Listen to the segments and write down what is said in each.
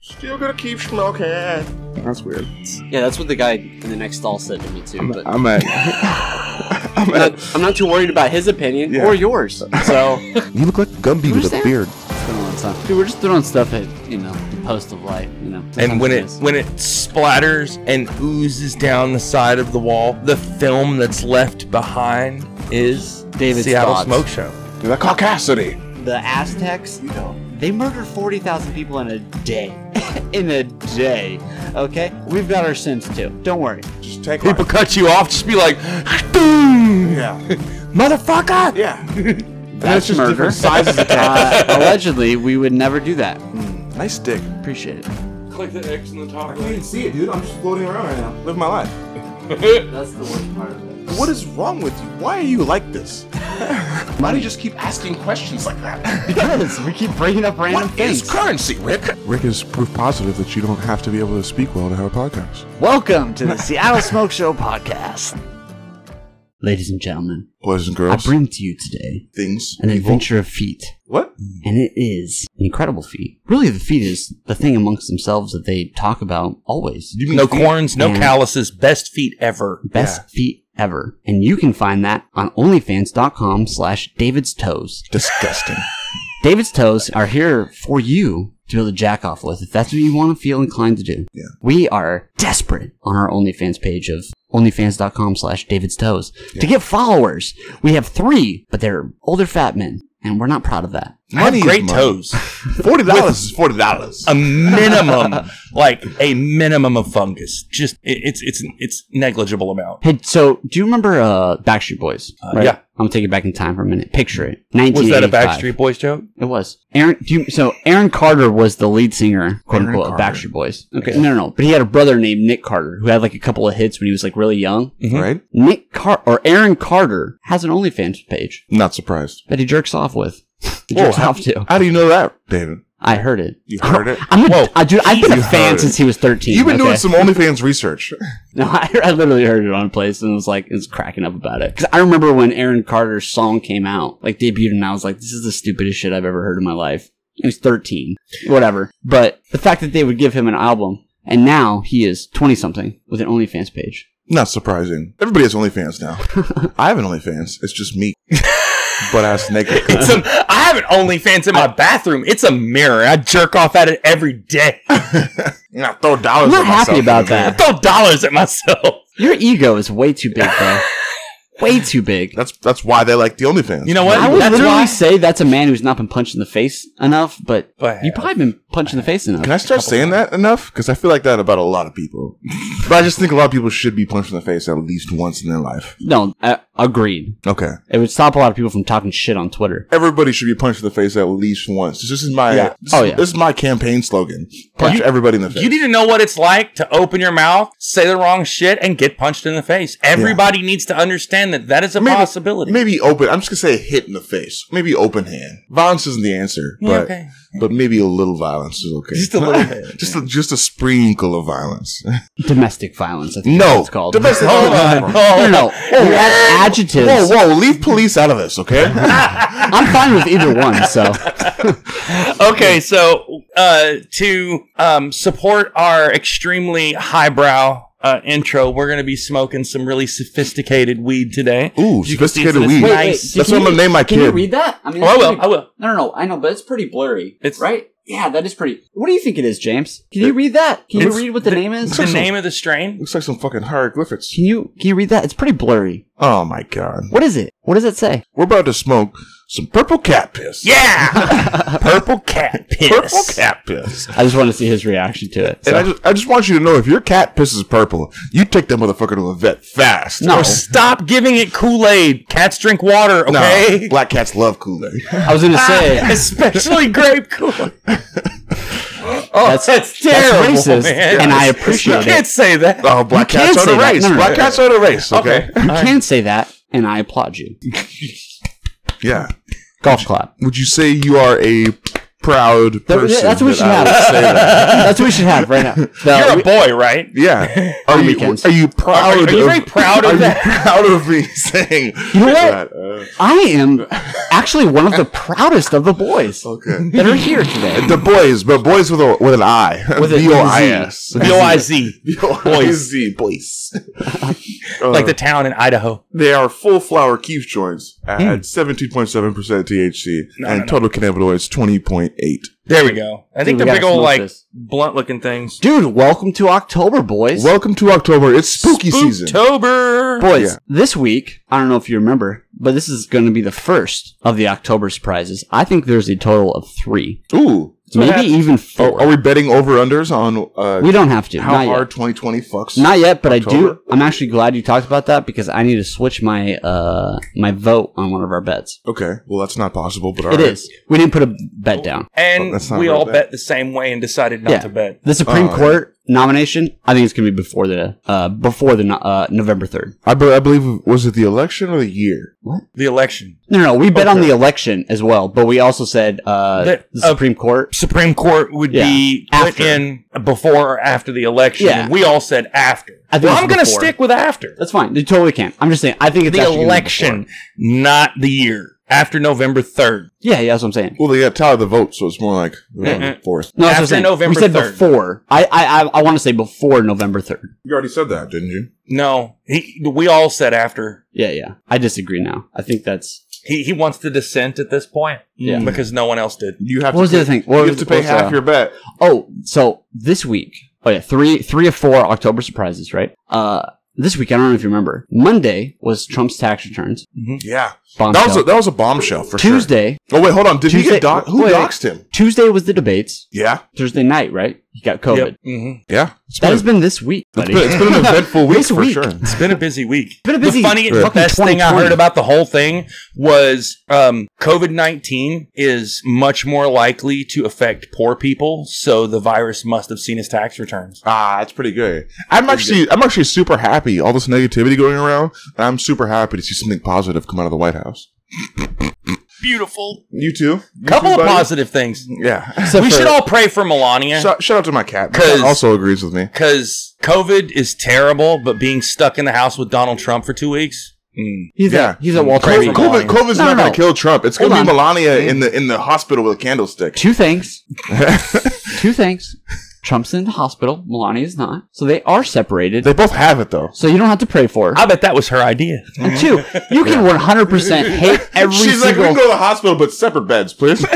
Still gonna keep smoking. That's weird. Yeah, that's what the guy in the next stall said to me too. I'm, But I'm I'm at. I'm at. not, I'm not too worried about his opinion Yeah. or yours. So, it's You look like Gumby Who's with a there? beard. been a long time. Dude, we're just throwing stuff at you know the post of life. You know, And when it Sometimes when it splatters and oozes down the side of the wall, the film that's left behind is David's Seattle thoughts. Smoke Show. The Caucasity. the Aztecs, you know, they murdered forty thousand people in a day. in a day, okay. We've got our sins too. Don't worry. Just take People life. cut you off, just be like, boom, Yeah. motherfucker. Yeah. That's just murder. different sizes of uh, allegedly, we would never do that. Nice dick. Appreciate it. Click the X in the I top can't right. even see it, dude. I'm just floating around right now. Live my life. That's the worst part of What is wrong with you? Why are you like this? Why do you just keep asking questions like that? Because we keep bringing up random things. currency, Rick? Rick is proof positive that you don't have to be able to speak well to have a podcast. Welcome to the Seattle Smoke Show podcast. Ladies and gentlemen, Boys and I girls, bring to you today things, an people. adventure of feet. What? And it is an incredible feat. Really, the feet is the thing amongst themselves that they talk about always. No Mm-hmm. corns, no And- calluses, best feet ever. Best feet ever. And you can find that on onlyfans.com slash David's Toes. Disgusting. David's toes are here for you to be able to jack off with if that's what you want to feel inclined to do. Yeah. We are desperate on our OnlyFans page of onlyfans.com slash David's toes to get followers. We have three, but they're older fat men, and we're not proud of that. I have Money is great money. toes. Forty dollars is forty dollars. a minimum, like a minimum of fungus. Just it, it's it's it's negligible amount. Hey, so do you remember uh, Backstreet Boys? yeah. I'm gonna take it back in time for a minute. Picture it. Was that a 1985. Backstreet Boys joke? It was Aaron. Do you, so Aaron Carter was the lead singer, quote Aaron unquote, of Carter. Backstreet Boys. Okay, no, no, no. But he had a brother named Nick Carter who had like a couple of hits when he was like really young. Mhm. Mm-hmm. Right? Nick Car or Aaron Carter has an OnlyFans page Not surprised. that he jerks off with. He Whoa, jerks how- off to. How do you know that, David? I heard it. You heard it? I'm a, Whoa. I- dude, I've been a You fan heard it. since he was 13. You've been okay? doing some OnlyFans research. No, I, I literally heard it on place and was like, it's cracking up about it. Because I remember when Aaron Carter's song came out, like debuted, and I was like, this is the stupidest shit I've ever heard in my life. He was 13, whatever. But the fact that they would give him an album, and now he is 20 something with an OnlyFans page. Not surprising. Everybody has OnlyFans now. I have an OnlyFans. It's just me. but ass naked. It's a, I have an OnlyFans in my bathroom. It's a mirror. I jerk off at it every day. And I throw dollars I'm at myself not happy in the about mirror. I that. throw dollars at myself. Your ego is way too big, bro. way too big. That's that's why they like the OnlyFans. You know what? I would That's literally why- say that's a man who's not been punched in the face enough, but But you've probably been punched in the face enough. Can I start saying that enough? Because I feel like that about a lot of people. but I just think a lot of people should be punched in the face at least once in their life. no, uh, agreed. Okay. It would stop a lot of people from talking shit on Twitter. Everybody should be punched in the face at least once. This is my Yeah. this, Oh, is- yeah. this is my campaign slogan. Punch You- everybody in the face. you need to know what it's like to open your mouth, say the wrong shit, and get punched in the face. Everybody needs to understand that that is a Maybe- possibility. Maybe open. I'm just gonna say hit in the face. Maybe open hand. Violence isn't the answer, Yeah, but okay. but maybe a little violence is okay. Just a little bit. just a, just a sprinkle of violence. Domestic violence. I think that's what no, it's called. domestic. Hold violence. on. no, Hold no, no. You add adjectives. Whoa, whoa! Leave police out of this, okay? I'm fine with either one. So okay, so uh, to um, support our extremely highbrow uh, intro, we're going to be smoking some really sophisticated weed today. Ooh, You can see sophisticated it's weed. nice. Wait, wait, That's can what I'm gonna you- name my Can kid. you read that? I mean, Oh, I that's will. pretty- I will. No, no, no. I know, but it's pretty blurry. It's- right. Yeah, that is pretty. What do you think it is, James? Can you read that? Can you It's read what the, name is? The name of the strain? Looks like some fucking hieroglyphics. Can you can you read that? It's pretty blurry. Oh my god. What is it? What does it say? We're about to smoke some purple cat piss. Yeah, purple cat piss. Purple cat piss. I just want to see his reaction to it. And I just, I just want you to know if your cat piss is purple, you take that motherfucker to a vet fast. No. Or stop giving it Kool Aid. Cats drink water, No, okay? black cats love Kool Aid. I was gonna say Especially grape Kool Aid. oh, that's, That's terrible. that's racist, man. and I You appreciate can't it. say that. Oh, black You can't cats are say the that. race. No, no, no. black cats are the race. Okay. Okay. You can say that, and I applaud you. Yeah. Golf clap. Would you say you are a proud That- person. that's what we that should I have. would say that. That's what we should have right now. No, You're Oh, we- a boy, right? Yeah. Are you weekends. are you proud? Are- are you of, very proud are of you that? proud of me saying You know what? that? Uh, I am actually one of the proudest of the boys okay. that are here today. The boys, but boys with a with an I, With a- B O I S, with a Z. B O I Z, B O I Z, boys. Uh, like the town in Idaho. they are full flower Keef joints at seventeen point seven percent THC No, and no, no. total cannabinoids twenty point eight. There we go. I think Dude, we they're big gotta old smoke like this. blunt looking things. Dude, welcome to October, boys. Welcome to October. It's spooky season. October. Boys, Yeah. this week, I don't know if you remember, but this is going to be the first of the October surprises. I think there's a total of three, Ooh, what maybe happens. even are, four. are we betting over unders on uh, we don't have to. Oh, how Not hard yet. twenty twenty fucks? Not yet, but I do. October? I'm actually glad you talked about that because I need to switch my uh my vote on one of our bets. okay, well that's not possible, but all It right. is. We didn't put a bet down. Oh, And that's not we real all bad. bet the same way and decided not Yeah. to bet. The Supreme Oh, yeah. Court nomination, I think it's going to be before the uh before the no- uh November third. I, be- I believe was it the election or the year? The election, No, no, we bet on Okay. the election as well, but we also said uh That- the uh, Supreme Court. Supreme Court would be Yeah, put after. in before or after the election. Yeah. And we all said after. I think well, it's I'm going to before. stick with after That's fine. You totally can. I'm just saying. I think it's the actually gonna be election, before. not the year. After November third. Yeah, yeah, that's what I'm saying. Well, they got tied of the vote, so it's more like Mm-mm. fourth. No, that's what After I'm saying. November we said 3rd. before. I, I, I, I want to say before November third. You already said that, didn't you? No, he, we all said after. Yeah, yeah. I disagree now. I think that's He, he wants the dissent at this point Yeah. because no one else did. Mm. You have to What was pay, the other thing? What You was- have to pay what was, half uh, your bet. Oh, so this week, oh yeah, three, three or four October surprises, right? Uh, this week, I don't know if you remember. Monday was Trump's tax returns. Yeah, that Bombshell. was a, that was a bombshell for sure. Tuesday. Oh wait, hold on. Did he Tuesday- get doc- Who wait. doxed him? Tuesday was the debates. Yeah, Thursday night, right? He got COVID. Yep. Mhm. yeah. It's That been, has been this week, buddy. it's been- it's been an eventful week This for week. sure. It's been a busy week. Been a busy the funny, the fucking best thing I 2020. heard about the whole thing was um, COVID nineteen is much more likely to affect poor people, so the virus must have seen his tax returns. Ah, that's pretty good. I'm actually, I'm actually super happy. All this negativity going around, I'm super happy to see something positive come out of the White House. Beautiful. You too. You Couple too, of buddy? positive things. Yeah. Except we for- should all pray for Melania Shout, shout out to my cat. My 'Cause- cat also agrees with me. because COVID is terrible, but being stuck in the house with Donald Trump for two weeks. mm. He's Yeah. a he's a Walter. Crazy. COVID, Reagan. COVID, COVID's No, not no, going no. to kill Trump. It's going to be Hold on. Melania in the in the hospital with a candlestick. Two things. Two things. Trump's in the hospital. Melania's not. So they are separated. they both have it though. so you don't have to pray for her. I bet that was her idea. and two, you can 100% hate every She's like, single. we can go to the hospital, but separate beds, please.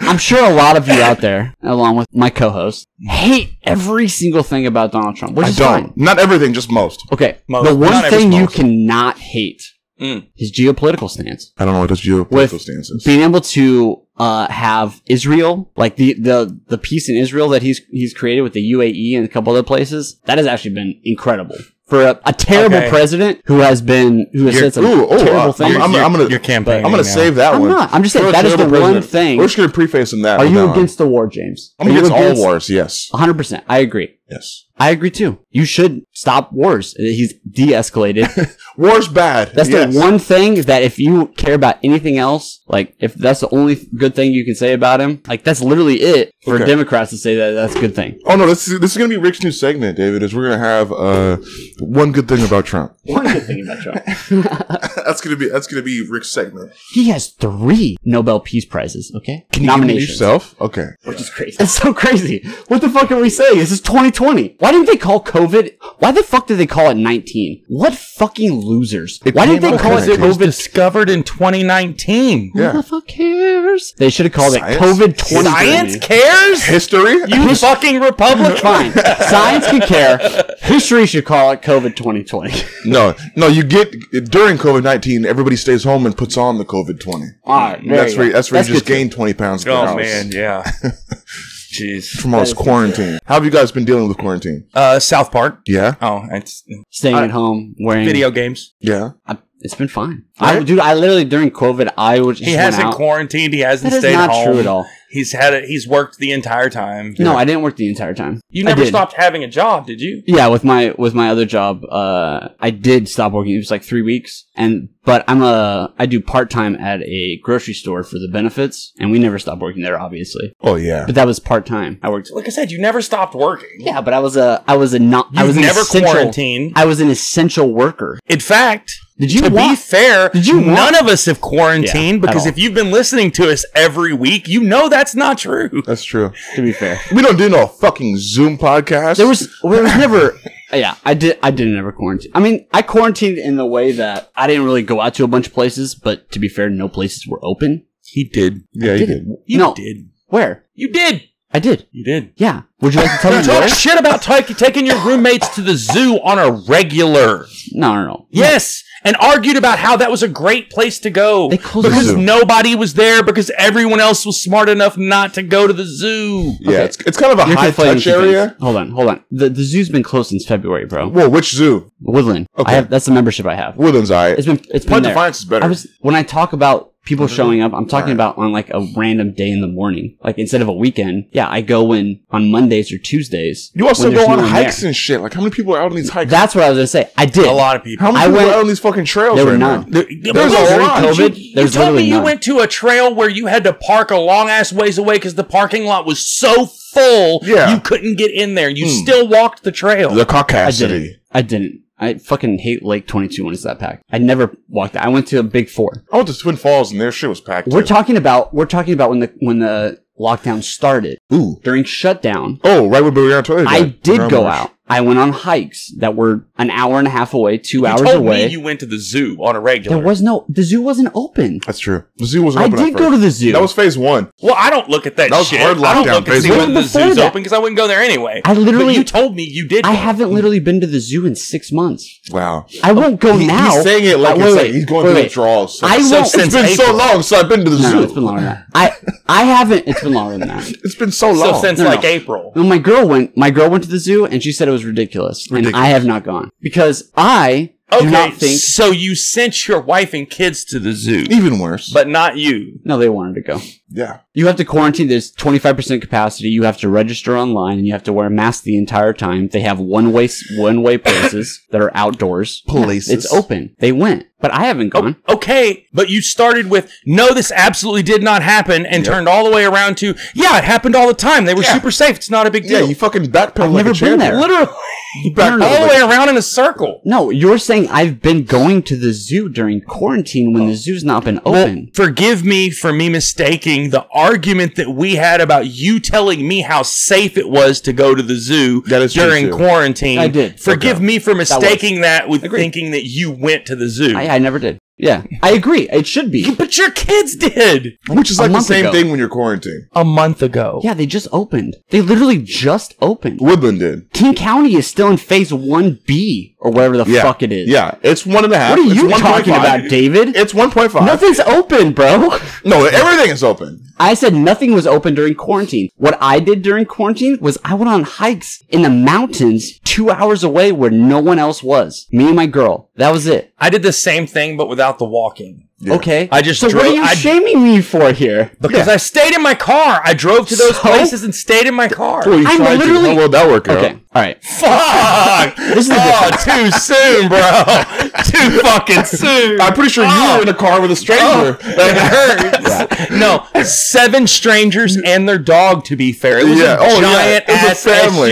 I'm sure a lot of you out there, along with my co-host, hate every single thing about Donald Trump, which I is don't. fine. Not everything, just most. Okay, Most- the one not every thing you most. cannot hate Mm. is geopolitical stance. I don't know what his With geopolitical stance is. Being able to uh, have Israel, like the, the the peace in Israel that he's he's created with the UAE and a couple other places, that has actually been incredible for a, a terrible Okay. president who has been who has You're- said some ooh, oh, terrible uh, things. I'm- I'm- I'm gonna- Your campaign. I'm gonna save that I'm one. not. I'm just saying We're a that is terrible the one president. thing- We're just gonna preface in that. Are with that you one. against the war, James? I'm Are you against all wars. Yes. 100%. I agree. Yes. I agree too. You should stop wars. He's de-escalated. War's bad. That's yes. the one thing that if you care about anything else, like if that's the only good thing you can say about him, like that's literally it for Okay. Democrats to say that that's a good thing. Oh no, this is this is gonna be Rick's new segment, David. Is we're gonna have uh, one good thing about Trump. One good thing about Trump. that's gonna be that's gonna be Rick's segment. He has three Nobel Peace Prizes, okay? Can you nominate yourself? Okay. Which is crazy. It's so crazy. What the fuck are we saying? This is 2020. Why didn't they call COVID? Why the fuck did they call it 19? What fucking losers? Why didn't they call it Because it was COVID? discovered in 2019. Who the Yeah. fuck cares? They should have called Science? it COVID 20. Science cares? History. You fucking Republican. Fine. Science can care. History should call it COVID 2020. no, no. You get during COVID nineteen, everybody stays home and puts on the COVID twenty. All right. there That's you where go. that's where you just good gained twenty pounds. per Oh house man, yeah. Jeez. From all this That is- quarantine. How have you guys been dealing with quarantine? Uh, South Park. Yeah. Oh, it's too. Staying at home, wearing. video games. Yeah. I It's been fine. I Right? dude, I literally during COVID, I was just He went hasn't out. quarantined. He That hasn't is stayed not home. true at all. He's had it. He's worked the entire time. No, I didn't work the entire time. you I never did. stopped having a job, did you? Yeah, with my with my other job, uh, I did stop working. It was like three weeks, and but I'm a I do part time at a grocery store for the benefits, and we never stopped working there, obviously. Oh yeah. But that was part time. I worked. Like I said, you never stopped working. Yeah, but I was a I was a not You've I was an never essential. quarantined. I was an essential worker. In fact, Did you to be walk? fair, Did you none want- of us have quarantined Yeah, at because all. if you've been listening to us every week, you know that's not true. That's true. to be fair, We don't do no fucking Zoom podcast. there was there was never. Yeah, I did. I didn't ever quarantine. I mean, I quarantined in the way that I didn't really go out to a bunch of places, but to be fair, no places were open. He did. yeah, you did. You No. did. Where You did. I did. You did. Yeah. Would you like to tell Don't me talk where? shit about t- taking your roommates to the zoo on a regular. No, no, no. Yes, and argued about how that was a great place to go They closed the because zoo. nobody was there because everyone else was smart enough not to go to the zoo. Yeah, Okay. it's, it's kind of a You're high conflating touch two things. area. Hold on, hold on. The the zoo's been closed since February, bro. Well, which zoo? Woodland. Okay. I have that's the membership I have. Woodlands, I. It's been it's been Point there. Defiance is better. Mm-hmm. I was when I talk about people showing up, I'm talking about on like a random day in the morning, like instead of a weekend. Yeah, I go in on Mondays or Tuesdays. you also when go there's on no one hikes there. and shit. Like, how many people are out on these hikes? That's what I was gonna say. I did. A lot of people. how many I people went- are out on these fucking trails There were right none. now? There's But a you- lot. COVID, you, there's told me literally you none. went to a trail where you had to park a long ass ways away because the parking lot was so full Yeah. you couldn't get in there. You Hmm. still walked the trail. The I Caucasity. didn't. I didn't. I fucking hate Lake 22 when it's that packed. I never walked. that. I went to a Big Four. I went to Twin Falls and their shit was packed. We're too. talking about we're talking about when the when the lockdown started Ooh. during shutdown. Oh, right when we were on toilet. I did go out. I went on hikes that were an hour and a half away, two you hours told away. me you went to the zoo on a regular. there was no the zoo wasn't open. That's true. The zoo wasn't I open at did go first. to the zoo. That was phase one. well, I don't look at that, That was shit. hard I don't lockdown, look and see basically. when the Even before zoo's that. open because I wouldn't go there anyway. I But literally you told me you did. I haven't literally been to the zoo in six months. Wow. I won't go now. Oh, He's saying it like, Uh, wait, it's like wait, he's going wait, through wait. withdrawals. So- I So won't. it's since been so long, so I've been to the no, zoo. no, it's been longer than that. I I haven't. It's been longer than that. It's been so so long. since No, no. like April. Well, my girl went. My girl went to the zoo and she said it was ridiculous, and Ridiculous. I have not gone because I do Okay, not think. so you sent your wife and kids to the zoo, Even worse. but not you. No, they wanted to go. yeah. You have to quarantine. There's 25% capacity. You have to register online, and you have to wear a mask the entire time. They have one way one way places that are outdoors. Places. Oh. It's open. They went, but I haven't gone. Okay, but you started with no, this absolutely did not happen, and turned all the way around to yeah, it happened all the time. They were Yeah. super safe. It's not a big Yeah, deal. you fucking backpedal like never a champion. been there. literally No, no, back no, all the but- way around in a circle. No, you're saying I've been going to the zoo during quarantine Oh. when the zoo's not been open. Forgive me for me mistaking the argument that we had about you telling me how safe it was to go to the zoo That is true, during too. quarantine. I did. Forgive me for was- mistaking that, with Agreed. thinking that you went to the zoo. I, I never did. Yeah, I agree. It should be. but your kids did Which is A like the month same ago. thing when you're quarantined. a month ago. Yeah, they just opened. They literally just opened. Woodland did. King County is still in phase 1B or whatever the Yeah. fuck it is. Yeah. It's one and a half. What are It's you 1.5. talking about, David? It's 1.5. Nothing's open, bro. No, everything is open. I said nothing was open during quarantine. What I did during quarantine was I went on hikes in the mountains two hours away where no one else was. Me and my girl. That was it. I did the same thing, but without the walking. Yeah. Okay. I just So what drove- are you I- shaming me for here? Because I stayed in my car. I drove to those So? places and stayed in my car. Well, you I'm tried literally- to. How will that work out? Okay. All right. Fuck! This is the oh, too soon, bro. too fucking soon. I'm pretty sure you were in a car with a stranger. Oh. That hurts. No, seven strangers and their dog. To be fair, it was Yeah. a Oh, yeah. giant It was a ass family.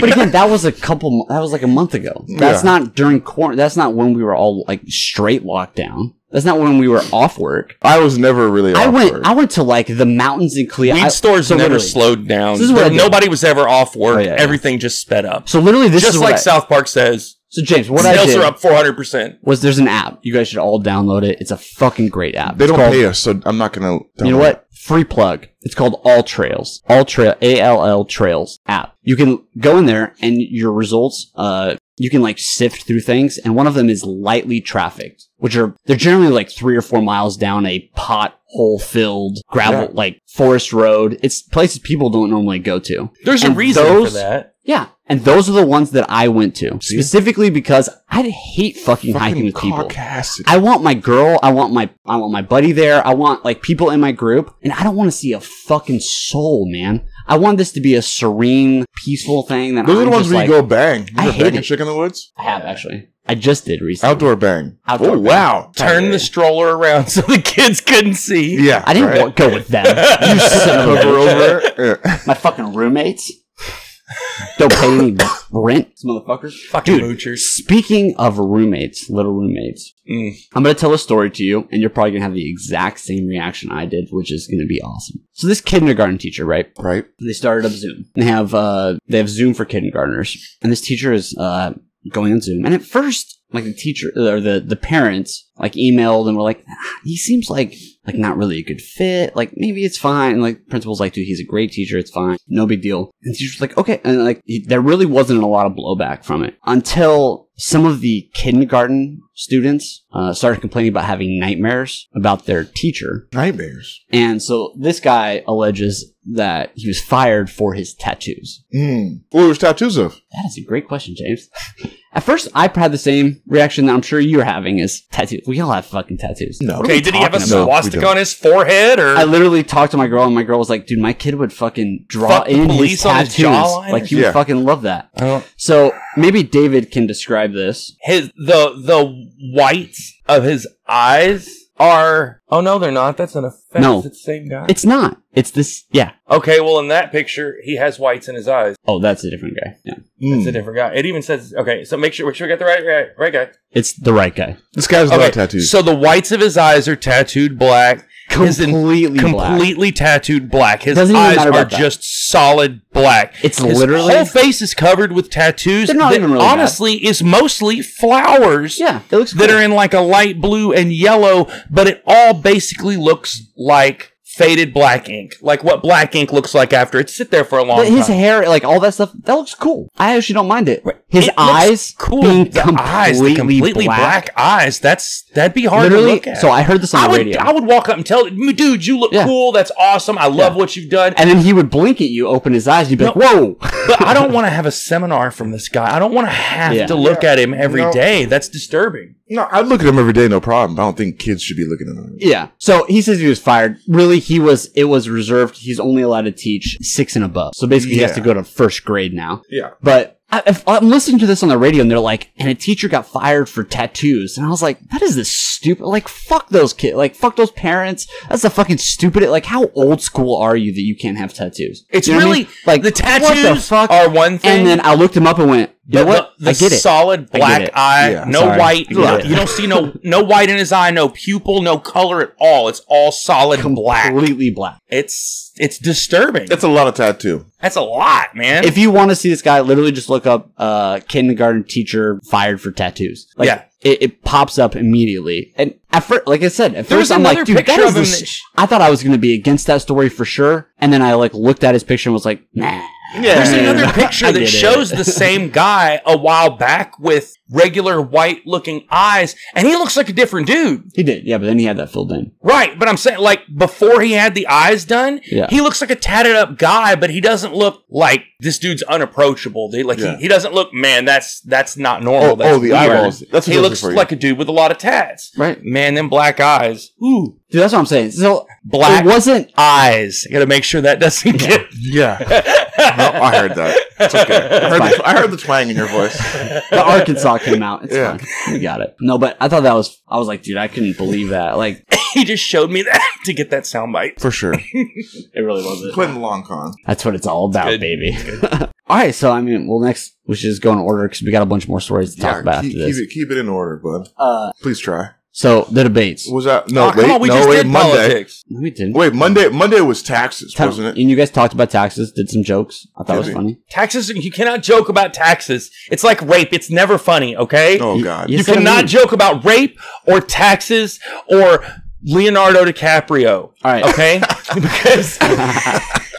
But again, that was a couple. mo- That was like a month ago. That's Yeah. not during quarantine. That's not when we were all like straight lockdown. That's not when we were off work. I was never really. I off went. work. I went to like the mountains in Cleo. I- Weed stores so never literally- slowed down. This is what I did. Nobody was ever off work. Oh, yeah, yeah. Everything just sped up. So literally, this just is like what I- South Park says, so James, what I sales did are up four hundred percent. was there's an app. You guys should all download it. It's a fucking great app. they It's don't called- pay us, so I'm not gonna. You know download it. what? Free plug. It's called All Trails. All Trail A L L Trails app. You can go in there and your results. Uh, you can like sift through things, and one of them is lightly trafficked, which are they're generally like three or four miles down a pothole filled gravel Yeah. like forest road. It's places people don't normally go to. There's And a reason those- for that. Yeah. And those are the ones that I went to See? specifically because I hate fucking, hiking Fucking with people. Caucasity. I want my girl. I want my I want my buddy there. I want like people in my group, and I don't want to see a fucking soul, man. I want this to be a serene, peaceful thing. That Those I'm are the ones just where like- you go bang. You I ever hate bang a it. chick in the woods? I have actually. I just did recently. Outdoor bang. Outdoor oh, bang. wow. Turn the stroller around so the kids couldn't see. Yeah. I didn't right. wa- go with them. you son of a Cover bitch. over it. Yeah. My fucking roommates don't pay any rent. These motherfuckers. Fucking Dude. moochers. Speaking of roommates, little roommates, Mm. I'm going to tell a story to you, and you're probably going to have the exact same reaction I did, which is going to be awesome. So this kindergarten teacher, right? Right. They started up Zoom. They have uh, they have Zoom for kindergartners, and this teacher is uh, going on Zoom. And at first, like the teacher or the the parents like emailed and were like, "Ah, he seems like like not really a good fit. Like maybe it's fine. And, like principal's like, dude, he's a great teacher. It's fine, no big deal. And the teacher's like, okay. And like he- there really wasn't a lot of blowback from it until some of the kindergarten students uh, started complaining about having nightmares about their teacher Nightmares. and so this guy alleges that he was fired for his tattoos. Mm. What was tattoos of? That is a great question, James. At first, I had the same reaction that I'm sure you're having is tattoos. We all have fucking tattoos. No. What are Okay, we did he have a talking about? about? swastika We don't. on his forehead or I literally talked to my girl, and my girl was like, "Dude, my kid would fucking draw Fuck the in his police on his tattoos. jawline? like he would Yeah. fucking love that." I don't- So maybe David can describe this. his the the whites of his eyes are Oh no, they're not. That's an offense. No. It's the same guy. It's not. It's this. Yeah. okay, well in that picture he has whites in his eyes. Oh, that's a different guy. Yeah. It's Hmm. a Mm. different guy. It even says okay, so make sure make sure we got the right right, right guy. It's the right guy. This guy's a lot Okay, of tattoos. So the whites of his eyes are tattooed black. His in- Completely black. completely tattooed black. His Doesn't even eyes matter are about that. just solid black. It's His literally- whole face is covered with tattoos. They're not that even really bad. honestly is mostly flowers Yeah. It looks that cool. are in like a light blue and yellow, but it all basically looks like faded black ink, like what black ink looks like after it's sit there for a long But his time. hair, like all that stuff, that looks cool. I actually don't mind it. His It looks eyes, cool. being The completely, eyes, the completely black. black. eyes. That's that'd be hard to Literally, look at. so I heard this on I the would, radio, I would walk up and tell, dude, you look Yeah. cool. That's awesome. I love what you've done. and then he would blink at you, open his eyes, and you'd be like, "Whoa!" but I don't want to have a seminar from this guy. I don't want to have Yeah. to look at him every day. No. That's disturbing. no, I look at them every day, no problem. I don't think kids should be looking at them. yeah. So he says he was fired. Really, he was. It was reserved. He's only allowed to teach six and above. So basically, he has Yeah. to go to first grade now. Yeah. But I, if I'm listening to this on the radio, and they're like, "And a teacher got fired for tattoos," and I was like, "That is this stupid. Like, fuck those kids. Like, fuck those parents. That's the fucking stupid. Like, how old school are you that you can't have tattoos? It's You know what I really mean? like the tattoos What the fuck? are one thing. and then I looked him up and went, you know the- what? The, I get it. solid get black it. eye, Yeah, no sorry. white. I get it. You don't see no no white in his eye, no pupil, no color at all. It's all solid black. Completely black. It's it's disturbing. That's a lot of tattoo. That's a lot, man. If you want to see this guy, literally just look up uh, kindergarten teacher fired for tattoos. Like, Yeah. It, it pops up immediately. And at first, like I said, at There was first I'm like, another dude, that picture is of him this- that sh- I thought I was going to be against that story for sure. And then I like looked at his picture and was like, nah. There's Yeah. another I picture get that it. shows the same guy a while back with regular white looking eyes, and he looks like a different dude. He did. Yeah, but then he had that filled in. Right, but I'm saying like before he had the eyes done, Yeah. he looks like a tatted up guy, but he doesn't look like this dude's unapproachable. They, like Yeah. he, he doesn't look man. That's that's not normal. Oh, that's oh, the weird. eyeballs. That's what he those are looks for you. like a dude with a lot of tats. Right. Man, them black eyes. Ooh, Dude, that's what I'm saying. So black it wasn't eyes. You gotta make sure that doesn't get. Yeah. No, I heard that. It's okay. I heard, the, I heard the twang in your voice. the Arkansas came out. It's Yeah. fine. We got it. No, but I thought that was. I was like, dude, I couldn't believe that. Like, he just showed me that to get that soundbite. For sure. it really wasn't. Playing the long con. That's what it's all about, Good. baby. all right, so I mean, well, next we should just go in order because we got a bunch more stories to talk Yeah, about keep, after this. keep it, keep it in order, bud. Uh, Please try. so the debates. Was that no? Ah, Oh, wait, come on, we no, just wait, did Monday. politics. No, we didn't. Wait, Monday. Monday was taxes, Ta- wasn't it? And you guys talked about taxes, did some jokes. I Did thought it was we? funny. Taxes. You cannot joke about taxes. It's like rape. It's never funny. Okay. Oh God. you- You That's what I cannot mean. joke about rape or taxes or Leonardo DiCaprio. All right. Okay? because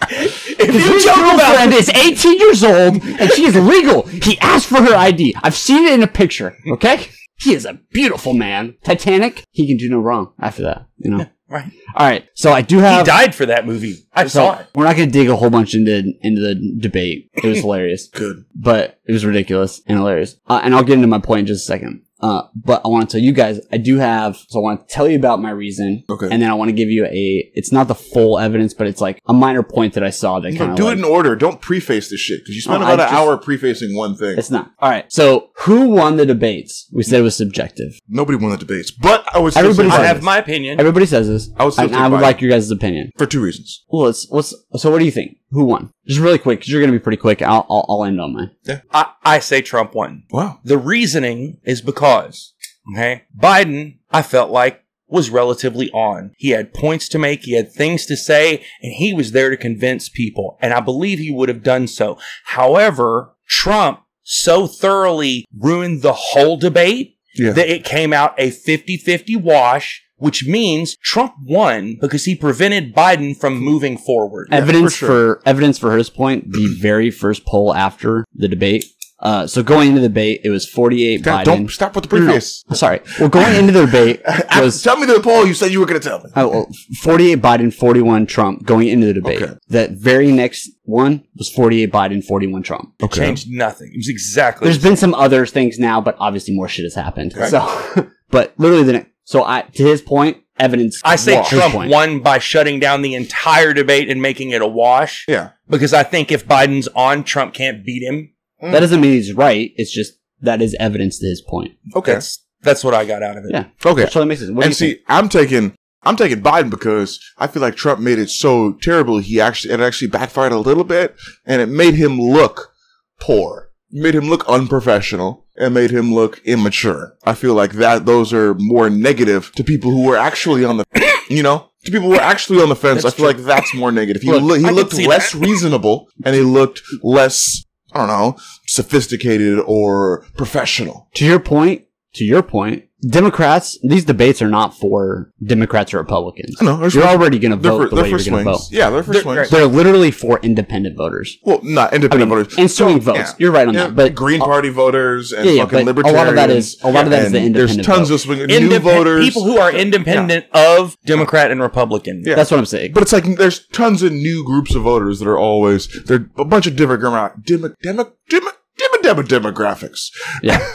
if you His joke about girlfriend is 18 years old and she is legal. He asked for her ID. I've seen it in a picture. Okay, he is a beautiful man. Titanic. He can do no wrong after that. You know. Right. All right. So I do He have. died for that movie. I so saw it. We're not going to dig a whole bunch into into the debate. It was hilarious. Good. but it was ridiculous and hilarious. Uh, and I'll get into my point in just a second. Uh, but I want to tell you guys, I do have, so I want to tell you about my reason. Okay. And then I want to give you a, it's not the full evidence, but it's like a minor point that I saw that kind No, of. do like, it in order. Don't preface this shit because you spent No, about I an just- hour prefacing one thing. It's not. All right. So who won the debates? We said it was subjective. Nobody. Nobody won the debates, but I was still Everybody saying I said have this. my opinion. Everybody says this. I would still and take I would Biden. like your guys' opinion. for two reasons. Well, let's, let's, so what do you think? Who won? Just really quick, because you're going to be pretty quick. I'll, I'll, I'll end on mine. I, I say Trump won. Wow. The reasoning is because, okay, Biden, I felt like was relatively on. He had points to make, he had things to say, and he was there to convince people. And I believe he would have done so. However, Trump so thoroughly ruined the whole debate Yeah. that it came out a 50 50 wash, which means Trump won because he prevented Biden from moving forward. Yeah, evidence for for, sure. evidence for his point. The very first poll after the debate. Uh, so going into the debate, it was forty-eight. God, Biden. don't stop with the No, no, no. preface. Sorry. Well, going into the debate I- was tell me the poll you said you were going to tell me. oh, well, forty-eight Biden, forty-one Trump. Going into the debate, Okay. that very next one was forty-eight Biden, forty-one Trump. Changed nothing. It was exactly There's been some other things now, but obviously more shit has happened. So, but literally the next, so I to his point, evidence. I say His Trump point. won by shutting down the entire debate and making it a wash Yeah. because I think if Biden's on, Trump can't beat him. That doesn't mean he's right. It's just that is evidence to his point. Okay. That's that's what I got out of it. Yeah. Okay. That totally makes sense. What do and you think? see, I'm taking I'm taking Biden because I feel like Trump made it so terrible. He actually it actually backfired a little bit, and it made him look poor, made him look unprofessional, and made him look immature. I feel like that those are more negative to people who were actually on the, you know. To people who were actually on the fence, That's I feel like that's more negative. He, Look, loo- he I can looked see less reasonable and he looked less, I don't know, sophisticated or professional. to your point, to your point, Democrats, these debates are not for Democrats or Republicans. I know. They're You're for- already going to They're for, vote the they're way for you're going to swings. vote. Yeah, they're for They're- swings. right. They're literally for independent voters. Well, not I mean, independent voters. and swing So, votes. yeah. You're right on Yeah, that. But Green Party voters and Yeah, yeah, fucking but a libertarians. lot of that is- a lot of that and is the There's independent tons vote. of swing, new Indepen- voters. people who are independent of Democrat and Republican. Yeah. that's what I'm saying. but it's like there's tons of new groups of voters that are always they're a bunch of demographic demo, demo, demo, demo, demo, demographics. yeah,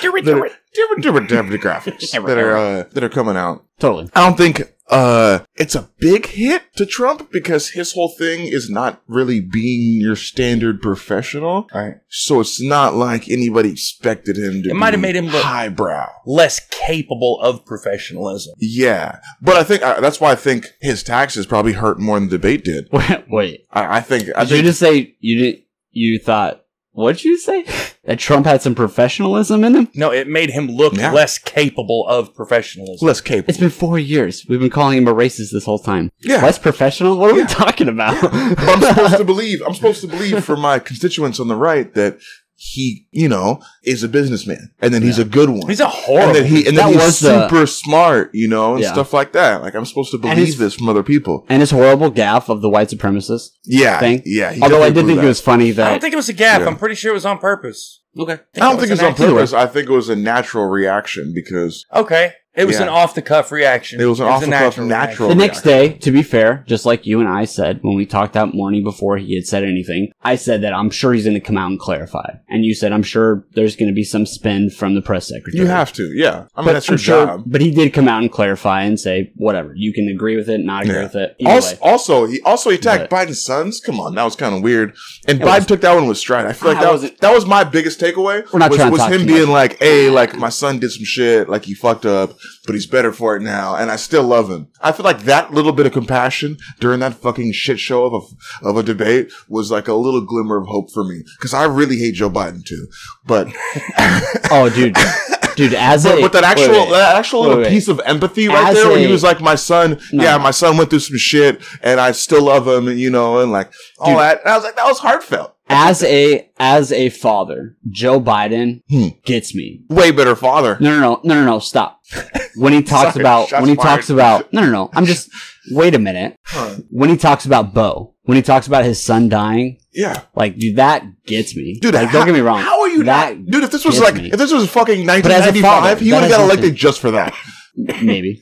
Different, different, different demographics that are uh, that are coming out. totally. I don't think uh it's a big hit to Trump because his whole thing is not really being your standard professional. All right. So it's not like anybody expected him to. It might have be made him look- highbrow. Less capable of professionalism. Yeah, but I think uh, that's why I think his taxes probably hurt more than the debate did. Wait, wait. I, I think I did you think just say you didn't? You thought what'd you say? That Trump had some professionalism in him? No, it made him look Yeah. less capable of professionalism. less capable. It's been four years. We've been calling him a racist this whole time. Yeah. less professional. What are we talking about? But I'm supposed to believe. I'm supposed to believe for my constituents on the right that he, you know, is a businessman and then he's a good one. He's a and horrible. that he and That that, he's was the- super smart, you know, and Yeah. stuff like that. Like I'm supposed to And believe his- this from other people. and his horrible gaff of the white supremacist. Yeah, thing. yeah. he Although I definitely did think blew it that. was funny I that don't think it was a gap. Yeah. I'm pretty sure it was on purpose. Okay. I don't think it was on an purpose. I think it was a natural reaction because act- Okay. It was Yeah. an off the cuff reaction. It was an off-the-cuff natural- The Oh, next yeah. day, to be fair, just like you and I said when we talked that morning before he had said anything, I said that I'm sure he's going to come out and clarify. And you said, I'm sure there's going to be some spin from the press secretary. you have to. Yeah, I mean But that's your I'm sure- job. But he did come out and clarify and say, whatever, you can agree with it, not agree Yeah. with it. Either Also, way. also, he also he attacked Biden's sons. Come on, that was kind of weird. And Biden was- Ah, took that one with stride. I feel like I that was wasn't- that was my biggest takeaway. We're not was, trying to was talk him too being much. like, "Hey, like my son did some shit, like he fucked up, but he's better for it now, and I still love him." I feel like that little bit of compassion during that fucking shit show of a of a debate was like a little glimmer of hope for me because I really hate Joe Biden too. But Oh, dude. Dude, as but, a. but that actual wait, wait. that actual Wait, little wait. piece of empathy right As there, when a- he was like, "My son, No. yeah, my son went through some shit, and I still love him," and you know, and like all Dude. that, and I was like, "That was heartfelt." As a as a father, Joe Biden Hmm. gets me. Way better father. No, no, no, no, no, no. Stop. When he talks Sorry, about shots when he fired. talks about no, no, no. I'm just wait a minute. Huh. when he talks about Bo, when he talks about his son dying, Yeah, like dude, that gets me. dude. like, how- don't get me wrong. How are you That not, dude? If this was gets like, me. if this was fucking as a father, 1995, he that would have has got nothing- elected just for that. maybe?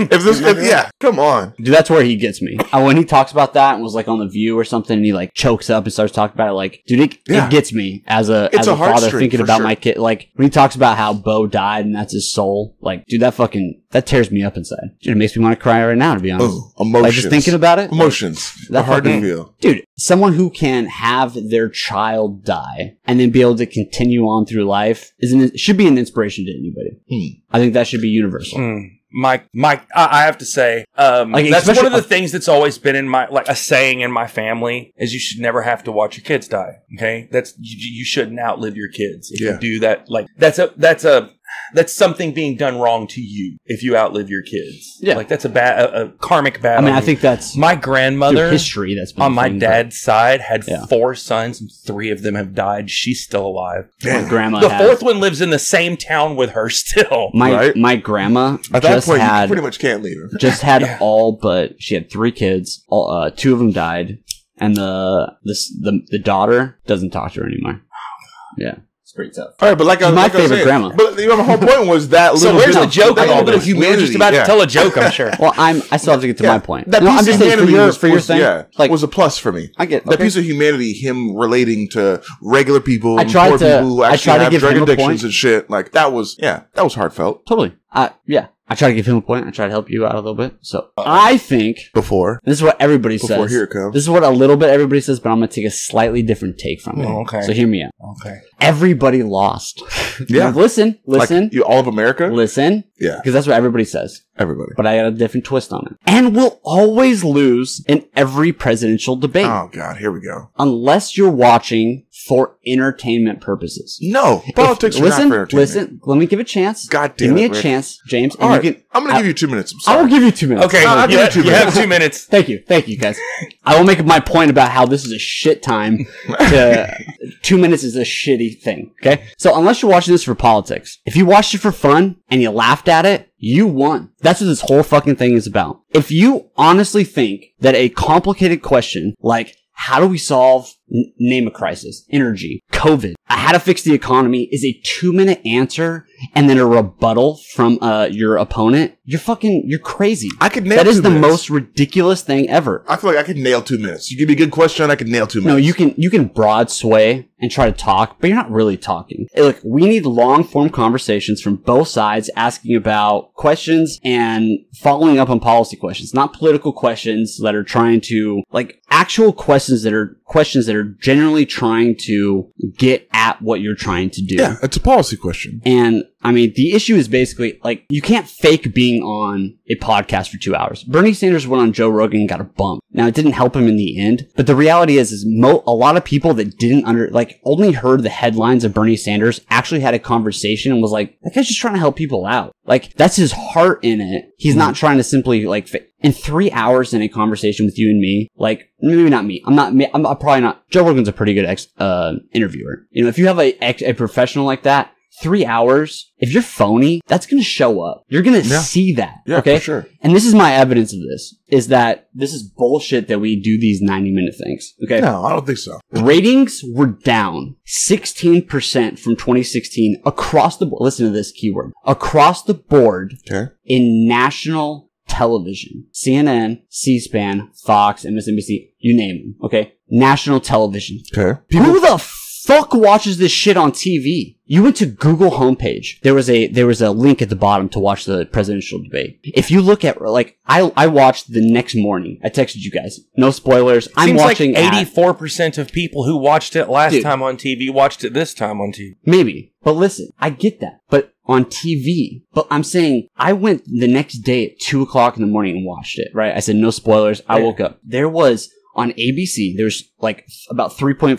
If this, if, yeah, come on. Dude, that's where he gets me. Uh, when he talks about that and was like on the View or something, and he like chokes up and starts talking about it, like, dude, it, Yeah. it gets me as a It's as a a, heart father string, thinking for about sure. my kid. Like when he talks about how Bo died and that's his soul, like, dude, that fucking that tears me up inside. Dude, it makes me want to cry right now, to be honest. Ooh, emotions. Like just thinking about it, like, emotions. that are hard to fucking- feel. dude, someone who can have their child die and then be able to continue on through life is an, should be an inspiration to anybody. Hmm. I think that should be universal. Mm. Mike, Mike, I, I have to say, um, Like, that's one especially- of the things that's always been in my, like a saying in my family is you should never have to watch your kids die. Okay. That's, you, you shouldn't outlive your kids. If Yeah. you do that, like that's a, that's a, that's something being done wrong to you if you outlive your kids. Yeah. Like that's a bad, a, a karmic I battle. mean, I think that's my through grandmother history that's been on my defined, dad's side had Yeah. four sons and three of them have died. She's still alive. but My Damn. grandma. the had- fourth one lives in the same town with her still. my Right. my grandma At that just point, you had pretty much can't leave him. just had Yeah. all but she had three kids. All uh, two of them died, and the this the the daughter doesn't talk to her anymore. Oh, Yeah, it's pretty tough. All right, but like I, She's my like I was favorite saying, grandma. But you know, my whole point was that. So Little where's bit the of- joke That in all little bit of this? We were humanity. just about yeah. to tell a joke, I'm sure. Well, I'm I still have to get to Yeah. my point. That No, piece I'm just of saying for humanity your was, for your was- thing. yeah, like was a plus for me. I get That okay. piece of humanity, him relating to regular people, I and tried poor to- people who I actually tried to have give drug him a addictions point. and shit, like that was yeah, that was heartfelt Totally. I yeah. I try to give him a point. I try to help you out a little bit. So I think before this is what everybody Uh, before says. here it comes. This is what a little bit everybody says, but I'm gonna take a slightly different take from it. Oh, okay. So hear me out. Okay. Everybody lost. Yeah. listen, Like, listen, you, all of America, listen, yeah, because that's what everybody says. everybody. But I got a different twist on it. And we'll always lose in every presidential debate Oh god, here we go. unless you're watching for entertainment purposes. No, politics If- are not listen, for entertainment. listen. Let me give a chance. God give damn me it, a Rick. chance, James. All and right, you can, I'm gonna I- give you two minutes. I'm I sorry. will give you two minutes. Okay, No, I'll you, give you two you have minutes. two minutes. Thank you, thank you, guys. I will make my point about how this is a shit time. To, two minutes is a shitty thing. Okay, so unless you're watching this for politics, if you watched it for fun and you laughed at it, you won. That's what this whole fucking thing is about. If you honestly think that a complicated question like how do we solve n- name a crisis, energy, COVID, uh, how to fix the economy is a two minute answer and then a rebuttal from uh, your opponent? You're fucking, you're crazy. I could nail That is two the minutes. most ridiculous thing ever. I feel like I could nail two minutes. You give me a good question, I could nail two minutes. No, you can you can broad sway and try to talk, but you're not really talking. Eh, Look, we need long form conversations from both sides, asking about questions and following up on policy questions, not political questions that are trying to like actual questions that are questions that are generally trying to get at what you're trying to do. Yeah, it's a policy question. And I mean, the issue is basically like you can't fake being on a podcast for two hours. Bernie Sanders went on Joe Rogan and got a bump. Now it didn't help him in the end, but the reality is, is mo- a lot of people that didn't under like only heard the headlines of Bernie Sanders actually had a conversation and was like, that guy's just trying to help people out. Like that's his heart in it. He's not trying to simply like. Fa- in three hours in a conversation with you and me, like maybe not me. I'm not. me- I'm, I'm probably not. Joe Rogan's a pretty good ex, uh, interviewer. You know, if you have a ex, a professional like that, three hours, if you're phony, that's going to show up. You're going to Yeah. see that. Yeah, okay. for sure. And this is my evidence of this is that this is bullshit that we do these 90 minute things. Okay. No, I don't think so. Ratings were down 16% from 2016 across the board. Listen to this keyword across the board Okay. in national television. CNN, C-SPAN, Fox, MSNBC, you name them. Okay. National television. Okay. Who the fuck watches this shit on TV? You went to Google homepage. There was a there was a link at the bottom to watch the presidential debate. If you look at like I I watched the next morning. I texted you guys. No spoilers. I'm Seems watching like at- 84% of people who watched it last Dude. time on TV watched it this time on TV. Maybe. But listen, I get that. But on TV, but I'm saying I went the next day at two o'clock in the morning and watched it, right? I said, no spoilers. I Yeah. woke up. There was on ABC, there's like about 3.4.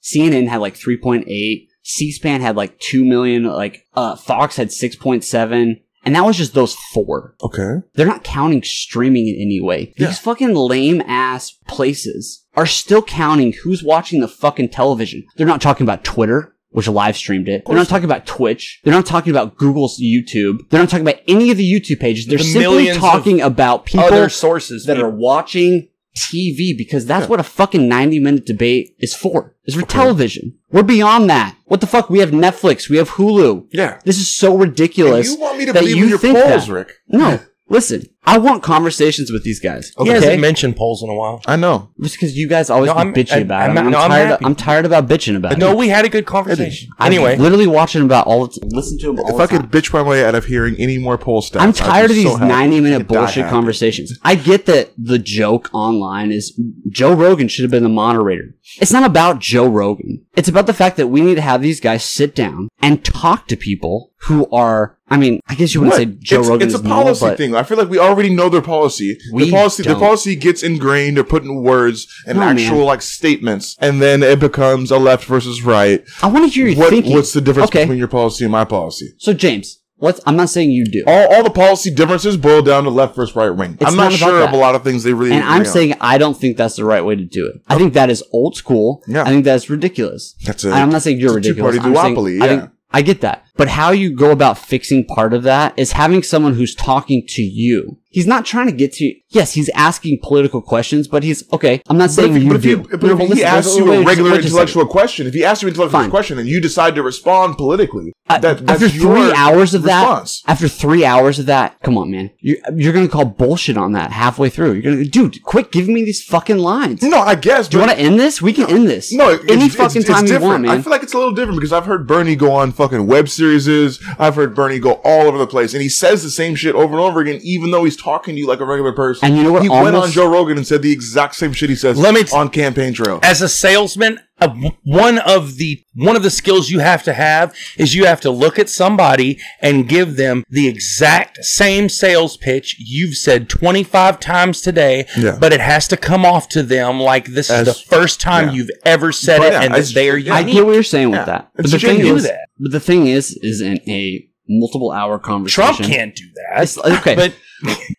CNN had like 3.8. C-SPAN had like 2 million. Like, uh, Fox had 6.7. And that was just those four. Okay. They're not counting streaming in any way. Yeah. These fucking lame ass places are still counting who's watching the fucking television. They're not talking about Twitter, which live streamed it. They're not talking about Twitch. They're not talking about Google's YouTube. They're not talking about any of the YouTube pages. They're The simply millions of talking about people Other sources that are watching TV because that's what a fucking 90 minute debate is for. Is for television. We're beyond that. What the fuck? We have Netflix. We have Hulu. Yeah. This is so ridiculous. you want me to that believe you in your think polls, that. Rick? No, listen. I want conversations with these guys. He Okay. hasn't mentioned polls in a while. I know. Just because you guys always No, be I'm- bitchy I'm- about I'm it. not- I'm, no, I'm tired. happy. I'm tired about bitching about it. No, we had a good conversation. I'm Anyway, literally watching about all the t- listen to them. All If the I could time. bitch my way out of hearing any more poll stats, I'm I'd be tired of so these happy. 90 I'd minute die bullshit happy. conversations. I get that the joke online is Joe Rogan should have been the moderator. It's not about Joe Rogan. It's about the fact that we need to have these guys sit down and talk to people who are, I mean, I guess you wouldn't What? say Joe it's, Rogan it's a is normal, policy but- thing. I feel like we already know their policy. We the policy, don't. the policy gets ingrained or put in words and No, actual man. like statements, and then it becomes a left versus right. I want to hear your What, thinking. what's the difference Okay. between your policy and my policy? so, James, what's, I'm not saying you do. All, all the policy differences boil down to left versus right wing. It's I'm not, not about sure of that. a lot of things they really. and agree I'm on. saying I don't think that's the right way to do it. I think that is old school. Yeah. I think that's ridiculous. that's And I'm not saying you're it's a ridiculous. two-party I'm saying- duopoly, I, yeah. I get that. But how you go about fixing part of that is having someone who's talking to you. He's not trying to get to you. Yes, he's asking political questions, but he's okay. I'm not saying But if, you but if do. you, but No, if but he listen, asks listen, you wait, a just- regular wait just a second. intellectual question, if he asks you an intellectual Fine. question and you decide to respond politically, I- that, that's Uh, after three your hours of response. that, after three hours of that, come on, man, you're, you're gonna call bullshit on that halfway through. You're gonna, dude, quit giving me these fucking lines. No, I guess. Do you but- want to end this? We can end this. No, it- any it's, fucking it's, time it's you different. want, man. I feel like it's a little different because I've heard Bernie go on fucking web series. I've heard Bernie go all over the place, and he says the same shit over and over again, even though he's talking to you like a regular person. And you know what? He went on Almost- Joe Rogan and said the exact same shit he says. Let me t- on campaign trail. as a salesman, uh, one of the one of the skills you have to have is you have to look at somebody and give them the exact same sales pitch you've said 25 times today, Yeah. but it has to come off to them like this As- is the first time yeah. you've ever said But it yeah, and it's- that they are yeah. I unique. get what you're saying Yeah. with that. It's But the a shame thing you do is, that. but the thing is, is in a multiple hour conversation. Trump can't do that. It's, okay, But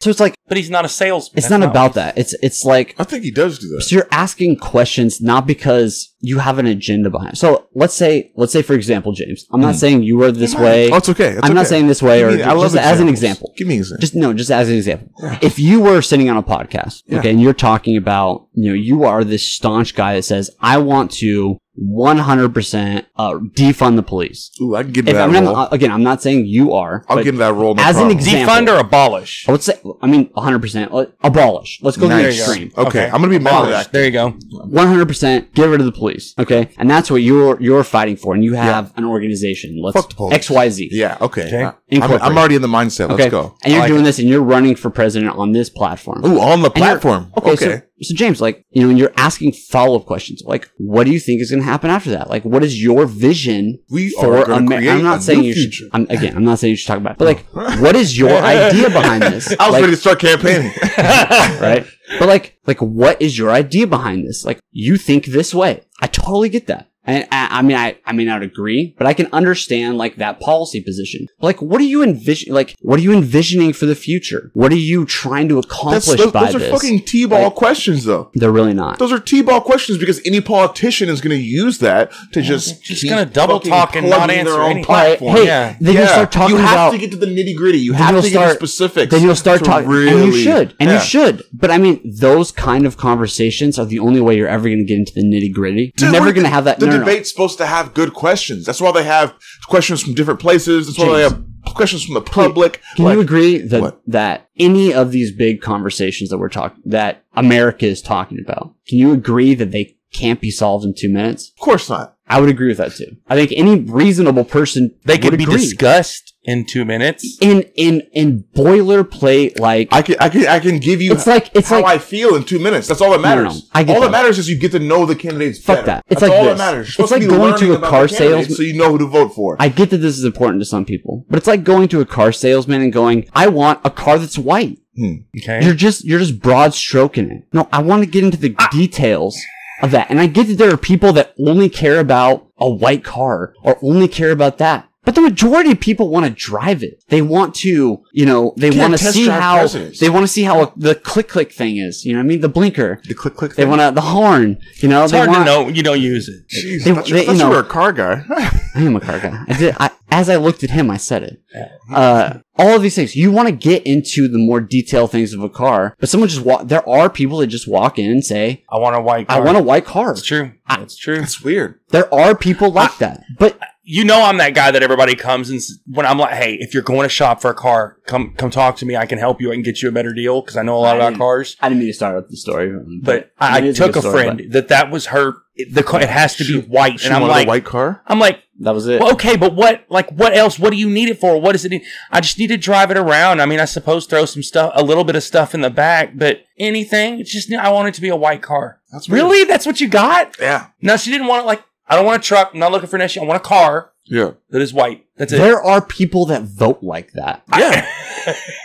so it's like but he's not a salesman. it's That's not what- about that. It's it's like I think he does do that. so you're asking questions not because you have an agenda behind. So let's say let's say for example, James, I'm not saying you are this way. Hmm. Oh, it's okay. It's I'm not okay. saying this way, Give or me- I love just as an examples. example. Give me an example. Just no, just as an example. If you were sitting on a podcast, okay, and you're talking about, you know, you are this staunch guy that says, I want to 100% uh, defund the police. Ooh, I can get If, into I that mean, role. I'm- again, I'm not saying you are. I'll but get into that role. No as an problem. example- defund or abolish. Let's say, I mean, 100%. uh, Abolish. Let's go to the Nice. extreme. Okay, I'm gonna be mad at abolish. that. There you go. 100% get rid of the police. Okay. And that's what you're, you're fighting for. And you have an organization. Let's Fuck the police. XYZ. Yeah. Okay. Okay. I- I'm, Incorporate. I'm already in the mindset. Let's Okay. go. Uh, And you're like doing this and you're running for president on this platform. Ooh, on the And you're- platform. Okay. Okay. So, so James, like, you know, and you're asking follow up questions. Like, what do you think is going to happen after that? Like, what is your vision We for are gonna Amer- create I'm not a saying new you future. should. I'm, again, I'm not saying you should talk about it, but like, what is your idea behind this? I was Like, ready to start campaigning. right? But like, like, what is your idea behind this? Like, you think this way. I totally get that. And I, I mean, I, I may not agree, but I can understand like that policy position. Like, what are you envision? Like, what are you envisioning for the future? What are you trying to accomplish That's- those, by those are this? fucking t-ball Like- questions, though. They're really not. Those are t-ball questions because any politician is going to use that to just just keep gonna double fucking talk and not plugging answer their own anything. platform. Hey, Yeah. then you start talking You have about. to get to the nitty gritty. You then have you'll to get start- to specifics. then you'll start to talking, and you really- should, and you Yeah. should. But I mean, those kind of conversations are the only way you're ever going to get into the nitty gritty. Dude, You're never what- going to have that. The no, no, no. debate's supposed to have good questions. That's why they have questions from different places. That's why they James. have questions from the public. Can Like, you agree that What? that any of these big conversations that we're talking that America is talking about? Can you agree that they can't be solved in two minutes? Of course not. I would agree with that too. I think any reasonable person They could would be agree. discussed in two minutes. in in in boilerplate like I can, I can, I can give you it's like it's how like I feel in two minutes. That's all that No, no, matters. no. I get all that. that matters is you get to know the candidates. Fuck better. that. It's That's like all this. that matters. You're It's supposed like be going to learning a about car the candidates salesman- so you know who to vote for. I get that this is important to some people, but it's like going to a car salesman and going, "I want a car that's white." Okay. You're just you're just broad stroking it. No, I want to get into the Ah. details of that. And I get that there are people that only care about a white car or only care about that. But the majority of people want to drive it. They want to, you know, they Can't want to test see drive how presidents. they want to see how the click click thing is. You know what I mean? The blinker. the click, click. They want to the horn. You know, it's they hard want. to know you don't use it. Jeez, They- I thought, you, I they- thought you you know- were a car guy. I am a car guy. I did. I, as I looked at him, I said it. Uh, all of these things. You want to get into the more detailed things of a car, but someone just walk. There are people that just walk in and say, I want a white. I Car. want a white car. It's true. I- It's true. That's weird. There are people like that. But you know I'm that guy that everybody comes and s- when I'm like, hey, if you're going to shop for a car, come come talk to me. I can help you. I can get you a better deal because I know a lot I about didn't- cars. I didn't mean to start up the story, But I, it I is a took good a story, friend that that was her. It, the car, it has to be white, She and I'm wanted like, a white car. I'm like, but that was it. well, okay, but what? Like, what else? What do you need it for? What does it? Need? I just need to drive it around. I mean, I suppose throw some stuff, a little bit of stuff in the back, but anything. It's just I want it to be a white car. That's weird. Really? That's what you got? Yeah. No, she didn't want it. Like, I don't want a truck. I'm not looking for an issue. I want a car Yeah. that is white. That's it. there are people that vote like that. Yeah.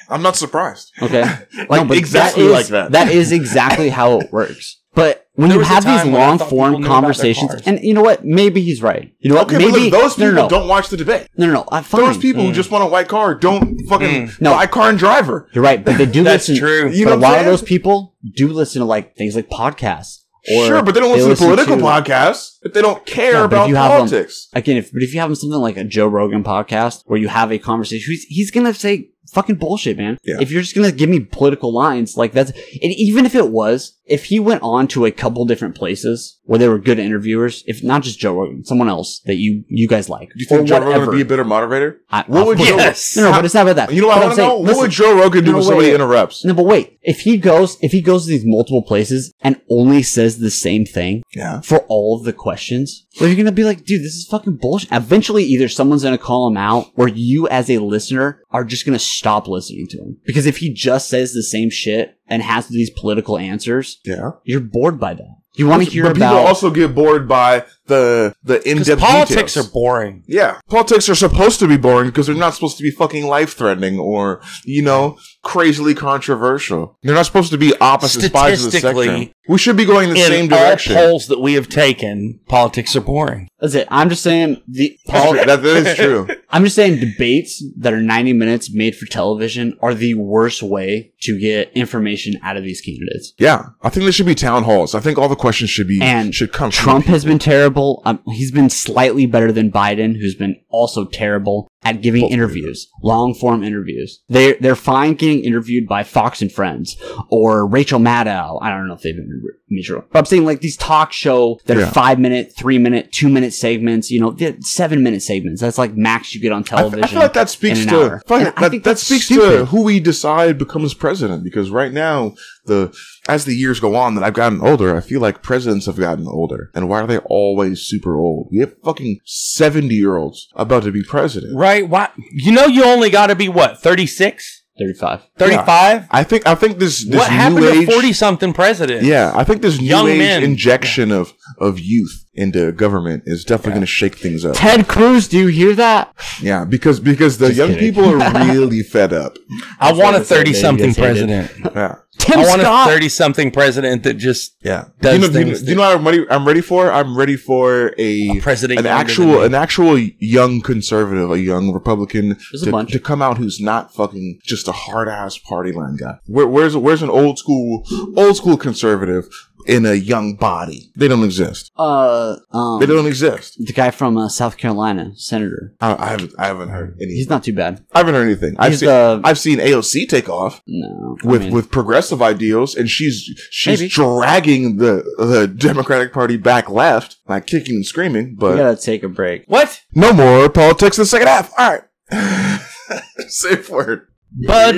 I'm not surprised. Okay, Like, but exactly is- like that. That is exactly how it works. But when There you was a have these time when I long thought people form knew about their conversations, cars. and you know what? Maybe he's right. You know what? Okay, Maybe but look, those no, people no, no. don't watch the debate. No, no, no. I'm fine. Those people who just want a white car don't fucking Mm. No. buy car and driver. You're right, but they do That's listen. true. You but know what a I'm lot of saying? those people do listen to like things like podcasts. Or sure, but they don't listen to political podcasts. If they don't care Yeah, but if about you have them- politics. Again, if, but if you have something like a Joe Rogan podcast where you have a conversation, he's, he's gonna say fucking bullshit, man. Yeah. If you're just gonna give me political lines, like that's, and even if it was, if he went on to a couple different places where they were good interviewers, if not just Joe Rogan, someone else that you, you guys like. Do you think or Joe whatever. Rogan would be a better moderator? I- what of would course- Joe- Yes. No, no, but it's not about that. You know what But I I'm want to saying, know? What listen- would Joe Rogan do No, when somebody wait. interrupts? No, but wait. If he goes, if he goes to these multiple places and only says the same thing Yeah. for all of the questions, well, you're gonna be like, dude, this is fucking bullshit. Eventually, either someone's gonna call him out, or you, as a listener, are just gonna stop listening to him. Because if he just says the same shit and has these political answers, Yeah. you're bored by that. You want to hear but people about also get bored by the the Because in-depth politics details. are boring. Yeah, politics are supposed to be boring because they're not supposed to be fucking life threatening or, you know, crazily controversial. They're not supposed to be opposite sides of the spectrum. Statistically, We should be going the In same all direction. polls that we have taken, politics are boring. that's it. I'm just saying the That's true. That- that is true. I'm just saying debates that are 90 minutes made for television are the worst way to get information out of these candidates. Yeah, I think there should be town halls. I think all the questions should be And should come from Trump has been terrible. Um, he's been slightly better than Biden, who's been also terrible at giving interviews, long form interviews. They they're fine getting interviewed by Fox and Friends or Rachel Maddow. I don't know if they've been Rachel, but I'm saying like these talk show that Yeah. are five minute, three minute, two minute segments. You know, they're seven minute segments. That's like max you get on I f- I, television. feel like that speaks in an to hour. I feel like And I that, think that that's speaks to stupid. who we decide becomes president. Because right now, the as the years go on, that I've gotten older, I feel like presidents have gotten older. And why are they always super old? We have fucking seventy year olds about to be president. Right? Why? You know, you only got to be what, 36? 35. 35? I think I think this this What happened new to age, 40 something president? Yeah, I think this new Young age men. injection of of youth into government is definitely going to shake things up. Ted Cruz, do you hear that? Yeah, because because the Just young kidding. people are really fed up. I That's want a what I said, 30 something man. You president. Yeah. Tim I want a Scott. 30 something president that just Yeah. Does you know, do you, things do you know what I'm ready, I'm ready for? I'm ready for a, president an younger actual than an actual young conservative, a young Republican There's a to, bunch. to come out who's not fucking just a hard ass party line guy. Where, where's where's an old school old school conservative in a young body? They don't exist. Uh, um, They don't exist. the guy from uh, South Carolina, senator. I, I haven't I haven't heard any. He's not too bad. I haven't heard anything. I've he's uh, seen the- I've seen AOC take off. No, I with mean, with progressive ideals, and she's she's Maybe. dragging the the Democratic Party back left, like kicking and screaming. we But gotta take a break. what? no more politics in the second half. All right, safe word. Bud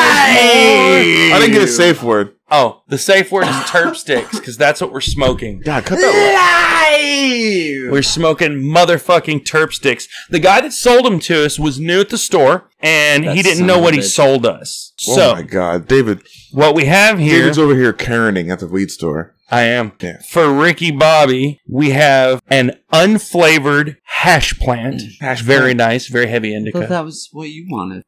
I didn't get a safe word. Oh, the safe word is terp sticks because that's what we're smoking. God, cut that. We're smoking motherfucking terp sticks. The guy that sold them to us was new at the store and he That didn't son know of a what he bitch. sold us. off. so, oh my God, David, what we have here. David's over here Karening at the weed store. I am. Yeah. For Ricky Bobby, we have an unflavored hash plant. Hash Very nice, very heavy I thought indica. that was what you wanted.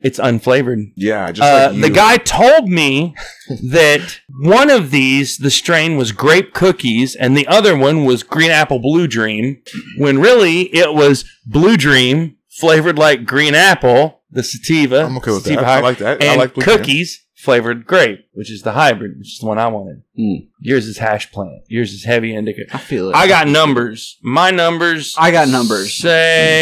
It's unflavored. Yeah, just Uh, like you. the guy told me that one of these, the strain was grape cookies, and the other one was green apple blue dream, when really it was blue dream flavored like green apple, the sativa. I'm okay with sativa that. I hybrid, like that. I and like blue dream. cookies flavored grape, which is the hybrid, which is the one I wanted. Mm. Yours is hash plant. Yours is heavy indica. I feel it. I got numbers. My numbers. I got numbers. Let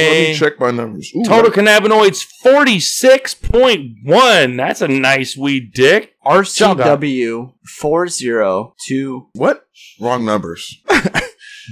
Say me check my numbers. Ooh, total cannabinoids forty six point one. That's a nice weed, Dick. RCW four zero two. What? Wrong numbers.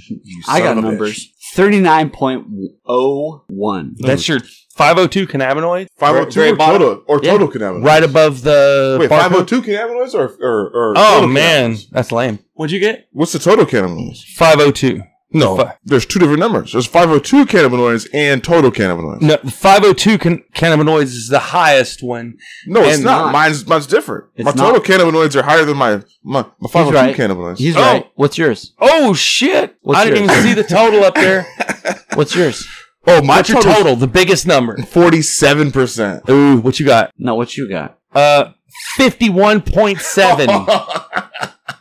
You I son got of a bitch. numbers. Thirty nine point oh one. That's your 502 cannabinoid, Very 502 or Mm. bottom. total, or Yeah. total cannabinoids. right above the. Wait, barcode. 502 cannabinoids or, or, or Oh total man, cannabinoids? that's lame. oh What'd you get? What's the total cannabinoids? 502. No, Fi- there's two different numbers. There's 502 cannabinoids and total cannabinoids. No, No, 502 can- cannabinoids is the highest one. it's And not. not. Mine's mine's different. It's my total not. cannabinoids are higher than my my, my 502 right. cannabinoids. He's Oh. right. What's yours? Oh shit! What's I didn't yours? even see the total up there. What's yours? oh, my What's your total total? The biggest number. 47%. Ooh, what you got? No, what you got? Uh, fifty-one point seven.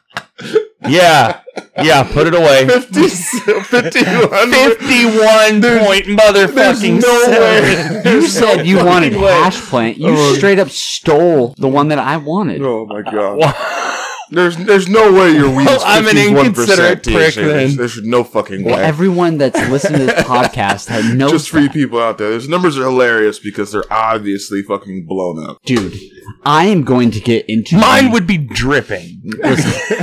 yeah, yeah. Put it away. 50, 5100. Fifty-one point motherfucking no seven. You said you wanted fucking way. hash plant. You Oh. straight up stole the one that I wanted. Oh my god! Wha- There's there's no way your weed. Well, I'm an inconsiderate There's, prick then. there's no fucking way. Well, everyone that's listened to this podcast had no Just for you people out there, those numbers are hilarious because they're obviously fucking blown up. dude. I am going to get into Mine would be dripping. Listen.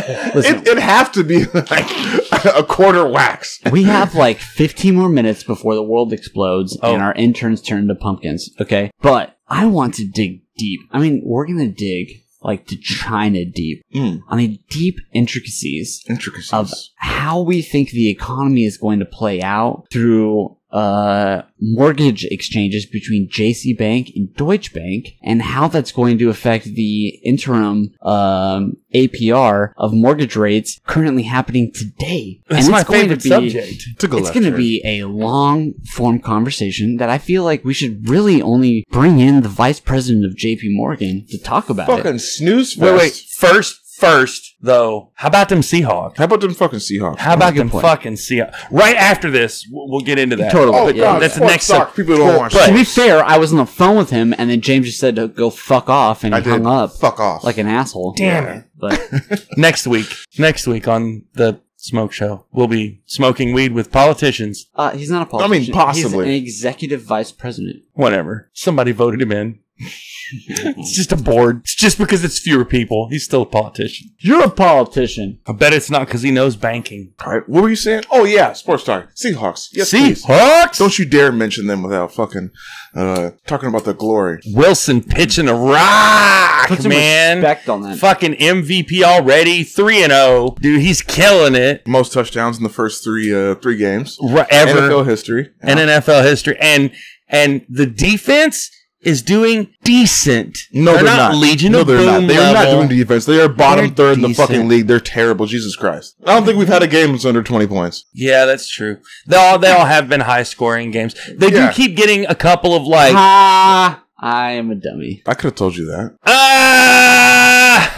It, it'd have to be like a quarter wax. we have like 15 more minutes before the world explodes and our interns turn into pumpkins. Okay. But I want to dig deep. I mean, we're going to dig like to China deep Mm, on the deep intricacies intricacies. of how we think the economy is going to play out through uh, mortgage exchanges between JC Bank and Deutsche Bank, and how that's going to affect the interim um, APR of mortgage rates currently happening today. That's and my it's going favorite to be, subject. Took a It's left going to turn. be a long form conversation that I feel like we should really only bring in the vice president of JP Morgan to talk about it. fucking snooze fest. Wait, wait. First, first though. How about them Seahawks? How about them fucking Seahawks? How about them point. fucking Seahawks? Right after this, we'll, we'll get into that. Totally. oh yeah. god, that's the sports next suck. sub- People don't watch. But- to sports. be fair, I was on the phone with him, and then James just said to go fuck off, and he I did. hung up Fuck off. like an asshole. Damn it. But next week. Next week on the smoke show, we'll be smoking weed with politicians. uh, he's not a I politician. mean, possibly. He's an executive vice president. Whatever. Somebody voted him in. it's just a board. It's just because it's fewer people. He's still a politician. You're a politician. I bet it's not because he knows banking. All right, what were you saying? Oh yeah, sports talk. Seahawks. Yes, please. Hawks. Don't you dare mention them without fucking uh, talking about the glory. Wilson pitching a rock, Put some man. respect on that. Fucking MVP already, three and zero, dude. He's killing it. Most touchdowns in the first three uh, three games. R- Ever NFL history. in NFL history, and and the defense is doing decent. No, they're, not. Legion no, of they're Boom not. They are level. not doing defense. They are bottom They're third in the decent. fucking league. They're terrible. Jesus Christ. I don't think we've had a game that's under twenty points. Yeah, that's true. They all they all have been high scoring games. They Yeah. do keep getting a couple of like ha! I am a dummy. I could have told you that. ah.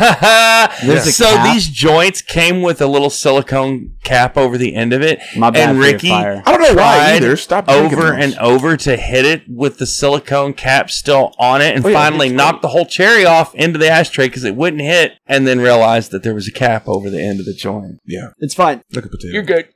There's a so cap. these joints came with a little silicone cap over the end of it. My bad. and for your Ricky fire. I don't know why Tried either. Stop drinking Over those. and over to hit it with the silicone cap still on it, and Oh, yeah, finally it's knocked the whole cherry off into the ashtray because it wouldn't hit, and then realized that there was a cap over the end of the joint. yeah, It's fine. like a potato. You're good.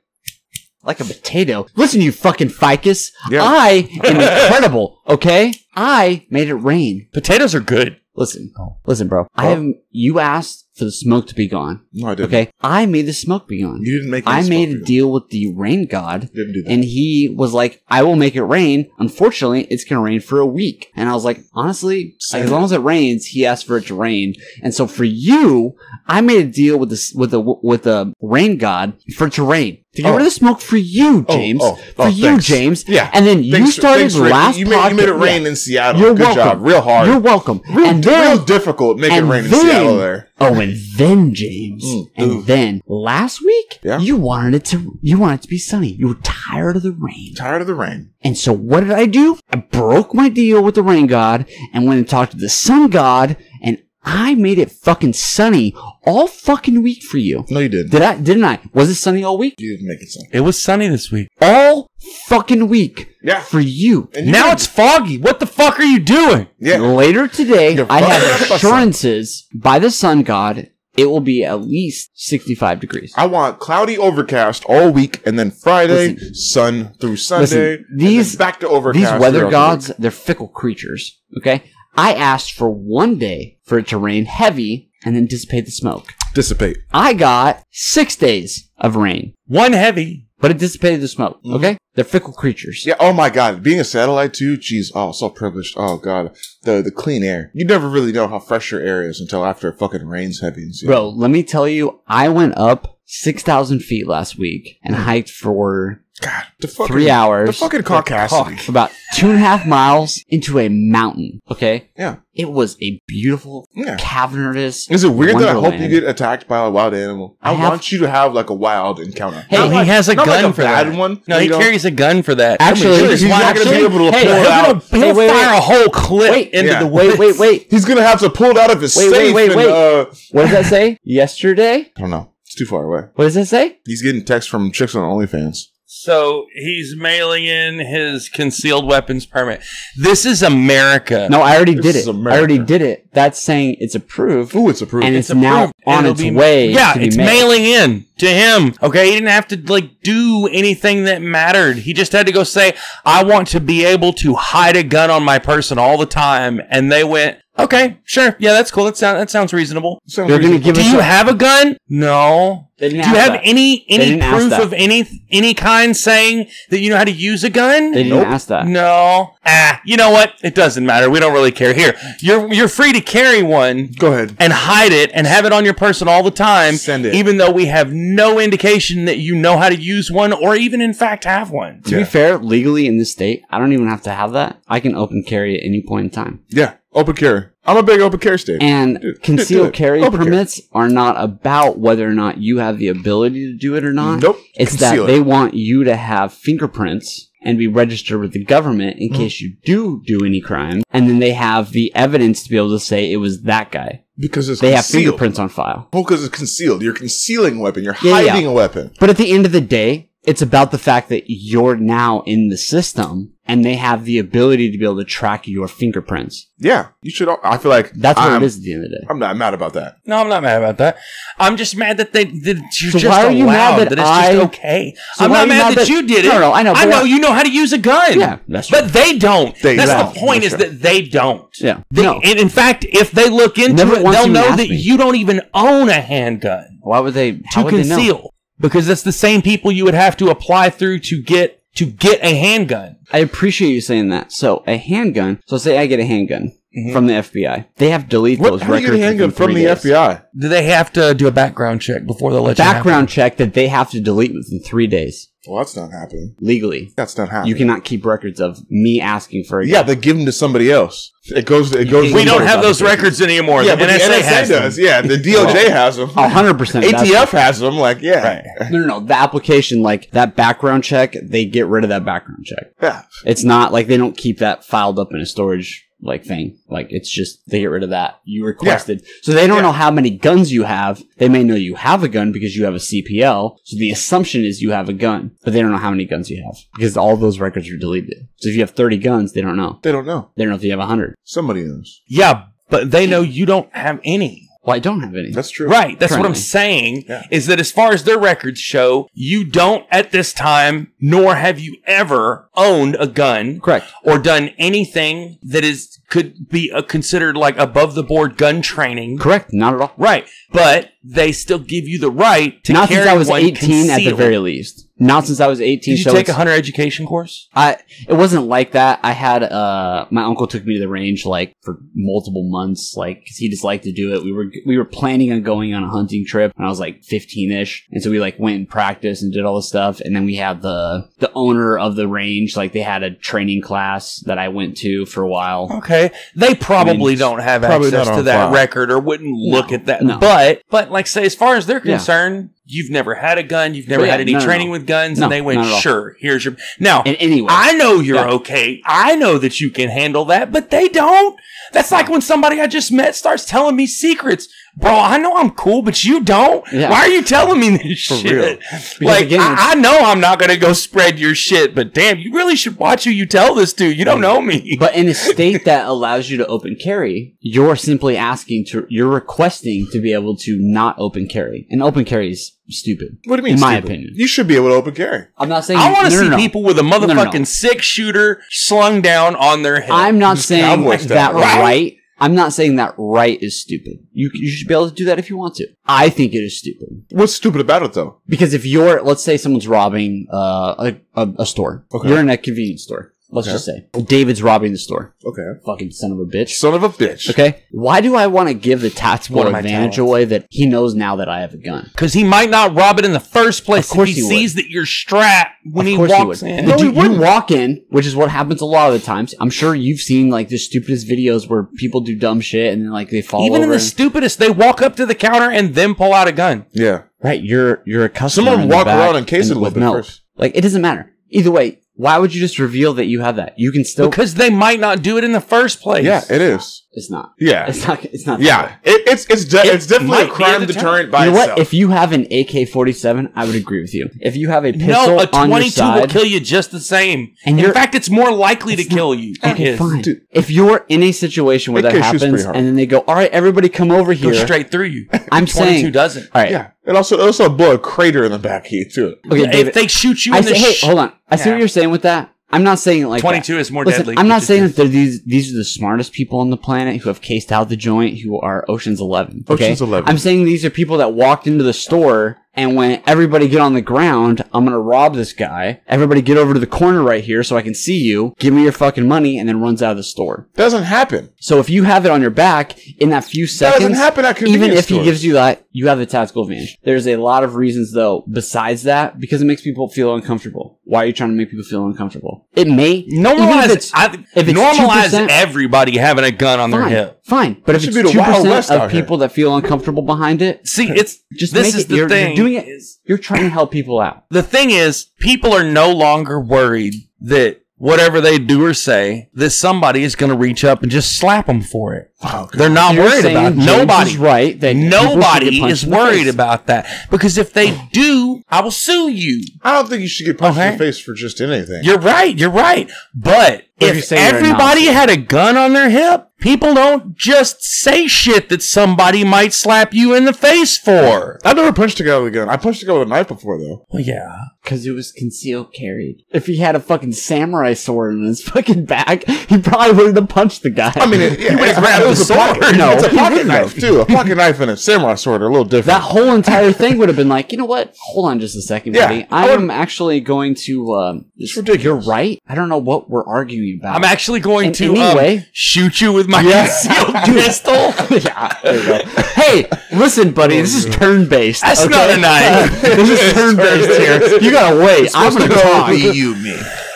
Like a potato. Listen, you fucking ficus. Yeah. I am incredible, okay? I made it rain. Potatoes are good. Listen. Oh. Listen, bro. I Oh. have you asked for the smoke to be gone. No, I didn't. Okay? I made the smoke be gone. You didn't make. I any made a smoke. deal with the rain god, Didn't do that. and he was like, "I will make it rain." Unfortunately, it's gonna rain for a week, and I was like, honestly, like, as long as it rains, he asked for it to rain, and so for you, I made a deal with this with the with the rain god for it to rain to get Oh. rid of the smoke for you, Oh, James, oh, for oh, you, thanks. James, Yeah. and then you Thanks- started thanks, Ricky. last. You made, you made it podcast- rain yeah. in Seattle. You're Good welcome. job. Real hard. You're welcome. and then Real difficult making and rain in then- Seattle there. Oh, and then James, Mm, and ooh. then last week, Yeah. you wanted it to you wanted it to be sunny. You were tired of the rain, Tired of the rain. and so what did I do? I broke my deal with the rain god and went and talked to the sun god, and I made it fucking sunny all fucking week for you. No, you didn't. Did I? Didn't I? Was it sunny all week? You didn't make it sound. It was sunny this week. All fucking week Yeah. for you. And you Now didn't. it's foggy. What the fuck are you doing? yeah. Later today, You're I fucking have up, son. assurances by the sun god. It will be at least sixty-five degrees. I want cloudy overcast all week, and then Friday sun through Sunday. Listen, and these- then back to overcast. These weather throughout the gods, they're fickle creatures. Okay? I asked for one day for it to rain heavy and then dissipate the smoke. week. dissipate. I got six days of rain. One heavy, but it dissipated the smoke. Okay, they're fickle creatures. Mm-hmm. Yeah. Oh my God. Being a satellite too. Jeez. Oh, so privileged. Oh God. The the clean air. You never really know how fresh your air is until after it fucking rains heavy. And shit. Bro, let me tell you, I went up 6,000 feet last week Mm-hmm. and hiked for God. The fucking, three hours. The fucking Caucasity. About two and a half miles into a mountain. Okay. Yeah. It was a beautiful, Yeah. cavernous. Is it weird that I hope you wonderland. get attacked by a wild animal? I, I have- want you to have like a wild encounter. Hey, Not he like- has a not like gun for bad that. one. No, he you know? carries a gun for that. Actually, He's he's not gonna actually- be able to hey, pull he'll it get out. Hey, He'll wait, fire wait. a whole clip Wait, into yeah. the Wait, wait, wait. He's gonna have to pull it out of his Wait, wait, safe. wait, and, wait. Uh, What does that say? Yesterday? I don't know. It's too far away. What does that say? He's getting texts from chicks on OnlyFans. So he's mailing in his concealed weapons permit. This is America. No, I already This did is it. America. I already did it. That's saying it's approved. Ooh, it's approved. And it's now on It'll its be- way Yeah, to be it's made. mailing in to him. Okay, he didn't have to like do anything that mattered. He just had to go say, "I want to be able to hide a gun on my person all the time," and they went, "Okay, sure, yeah, that's cool. That sounds that sounds reasonable." Sounds They're going to reasonable. give Do us. you a- have a gun? No. They Do didn't you have that. any any didn't ask proof that. of any any kind saying that you know how to use a gun? They didn't ask that. No. Ah, you know what? It doesn't matter. We don't really care. Here, you're you're free to carry one Go ahead. and hide it and have it on your person all the time. Send it. Even though we have no indication that you know how to use one or even in fact have one. To Yeah. be fair, legally in this state, I don't even have to have that. I can open carry at any point in time. Yeah, open carry. I'm a big open carry state. And Dude, do concealed it. carry Open carry. permits are not about whether or not you have the ability to do it or not. Nope. It's Conceal that it. they want you to have fingerprints and be registered with the government Mm-hmm. in case you do do any crime. And then they have the evidence to be able to say it was that guy. because it's They have concealed. fingerprints on file. Well, because it's concealed. You're concealing a weapon. You're Yeah, yeah. hiding a weapon. But at the end of the day, it's about the fact that you're now in the system and they have the ability to be able to track your fingerprints. Yeah, you should. al- I feel like That's what I'm, it is at the end of the day. I'm not mad about that. No, I'm not mad about that. I'm just mad that they that you're So just why are you allowed mad that, that it's I- just okay. So I'm why are not you mad mad that, that- you did it. No, no, I know, I but know I- you know how to use a gun. Yeah, that's but they don't. They that's don't. the point That's is right. that they don't. Yeah. They, No. And in fact, if they look into Never it, once they'll even know asked that me. you don't even own a handgun. Why would they? to how would they know? conceal because that's the same people you would have to apply through to get to get a handgun. I appreciate you saying that. So a handgun. So say I get a handgun from the FBI. They have to delete Mm-hmm. What? those How do records. you get a handgun within from the three days. FBI? Do they have to do a background check before they let Background check that they have to delete within three days Well, that's not happening. legally. That's not happening. You cannot keep records of me asking for a Yeah, they give them to somebody else. It goes. It goes. You to We can- don't somebody have else. those records anymore. Yeah, the but NSA, the NSA has them. does. Yeah, the DOJ has them. A hundred percent. that's- ATF has them. Like, yeah, No, no, no. The application, like that background check, they get rid of that background check. yeah. It's not like they don't keep that filed up in a storage like thing. Like it's just they get rid of that. You requested. So they don't Yeah. know how many guns you have. They may know you have a gun because you have a CPL. So the assumption is you have a gun, but they don't know how many guns you have because all those records are deleted. So if you have 30 guns, they don't know. They don't know. They don't know if you have 100. Somebody knows. Yeah, but they know you don't have any. Well, I don't have any. That's true. Right. That's what I'm Currently. saying Yeah. is that as far as their records show, you don't at this time, nor have you ever owned a gun. Correct. Or done anything that is could be uh considered like above the board gun training. Correct. Not at all. Right, but they still give you the right to Not carry since I was one 18 at the concealed. very least. Not since I was 18. Did you so take a it's- hunter education course? I it wasn't like that. I had uh my uncle took me to the range like for multiple months, like 'cause he just liked to do it. We were we were planning on going on a hunting trip when I was like fifteen ish, and so we like went and practiced and did all this stuff. And then we had the the owner of the range, like they had a training class that I went to for a while. Okay, they probably don't have probably access not to on that file. record or wouldn't look at that. no. But but like say, as far as they're Yeah. concerned, you've never had a gun, you've never yeah, had any no, no, training no. with guns, No, and they went, not at all. sure, here's your now. And anyway, I know you're Yeah. okay. I know that you can handle that, but they don't. That's like when somebody I just met starts telling me secrets. Bro, I know I'm cool, but you don't. Yeah. Why are you telling me this shit? Like, again, I, I know I'm not going to go spread your shit, but damn, you really should watch who you tell this to. You don't know me. but in a state that allows you to open carry, you're simply asking to you're requesting to be able to not open carry, and open carry is stupid. What do you mean? In my stupid? opinion. you should be able to open carry. I'm not saying I want to no, no, see no. people with a no, motherfucking no. six shooter slung down on their head. I'm not Just saying cowboy that style. right. Right? I'm not saying that right is stupid. You, you should be able to do that if you want to. I think it is stupid. What's stupid about it though? Because if you're, let's say someone's robbing uh, a, a, a store, Okay. you're in a convenience store. Let's Okay. just say David's robbing the store. Okay. Fucking son of a bitch. Son of a bitch. Okay. Why do I want to give the One tactical of my advantage talents. away that he knows now that I have a gun? Because he might not rob it in the first place Of course if he, he would. sees that you're strapped when Of he course walks he would. in. No, you walk in, which is what happens a lot of the times. I'm sure you've seen like the stupidest videos where people do dumb shit and then like they fall Even in over the and- stupidest, they walk up to the counter and then pull out a gun. Yeah. Right, you're you're a customer. Someone in the walk back around and case it a little with bit milk. first. Like it doesn't matter. Either way, why would you just reveal that you have that? You can still. Because they might not do it in the first place. Yeah, it is. it's not. Yeah. It's not. It's not. Yeah. It, it's it's de- It it's definitely might a be a crime deterrent. deterrent by You know itself. what? If you have an AK-47, I would agree with you. If you have a pistol no, a on your 22 will side, kill you just the same. And in you're- fact, it's more likely to It's not- kill you. It okay, is. fine. Dude. If you're in a situation where that AK shoots pretty happens, hard. and then they go, "All right, everybody, come over Go here," straight through you. I'm 22 saying, "All doesn't. right, yeah. It also it also blew a crater in the back heat too. okay, if David." they shoot you I in the say, hey, sh- hold on. I see Yeah. what you're saying with that. I'm not saying it like that. 22 is more Listen, deadly. I'm which not is saying different. that they're these these are the smartest people on the planet who have cased out the joint who are Ocean's Eleven. Okay? Ocean's Eleven. I'm saying these are people that walked into the store and went, everybody get on the ground. I'm gonna rob this guy. Everybody get over to the corner right here so I can see you. Give me your fucking money, and then runs out of the store. Doesn't happen. So if you have it on your back in that few seconds, Doesn't happen at convenience even if he stores. gives you that, you have the tactical advantage. There's a lot of reasons though, besides that, because it makes people feel uncomfortable. Why are you trying to make people feel uncomfortable? It may even Normalize, if it's, I, if it's normalize 2%, everybody having a gun on their fine, hip. fine. But if should it's be two the Wild percent West of out here. people that feel uncomfortable behind it, See, it's just this make is it, the you're, you're thing. doing it. You're trying to help people out. the thing is, people are no longer worried that whatever they do or say, that somebody is going to reach up and just slap them for it. Wow. They're not You're worried saying about it. James nobody. is right that people should get Nobody punched is in the worried face. about that because if they do, I will sue you. I don't think you should get punched Okay. in the face for just anything. You're right. You're right. But But you're if saying they're everybody not. had a gun on their hip, people don't just say shit that somebody might slap you in the face for. I've never punched a guy with a gun. I punched a guy with a knife before though. Well, yeah. Because it was concealed carried. If he had a fucking samurai sword in his fucking back, he probably wouldn't have punched the guy. I mean, it, yeah, would've it- grabbed it was the a pocket- sword. No, it's a he pocket wouldn't knife have. too. A pocket knife and a samurai sword are a little different. that whole entire thing would have been like, you know what? Hold on just a second, Yeah, buddy. I I would've- am actually going to. Um, It's ridiculous. You're right. I don't know what we're arguing about. I'm actually going In to any um, way? shoot you with my concealed pistol. yeah. There you go. Hey, listen, buddy. This is turn based. That's not a knife. this is turn based here. You gotta wait. I'm gonna talk. you me.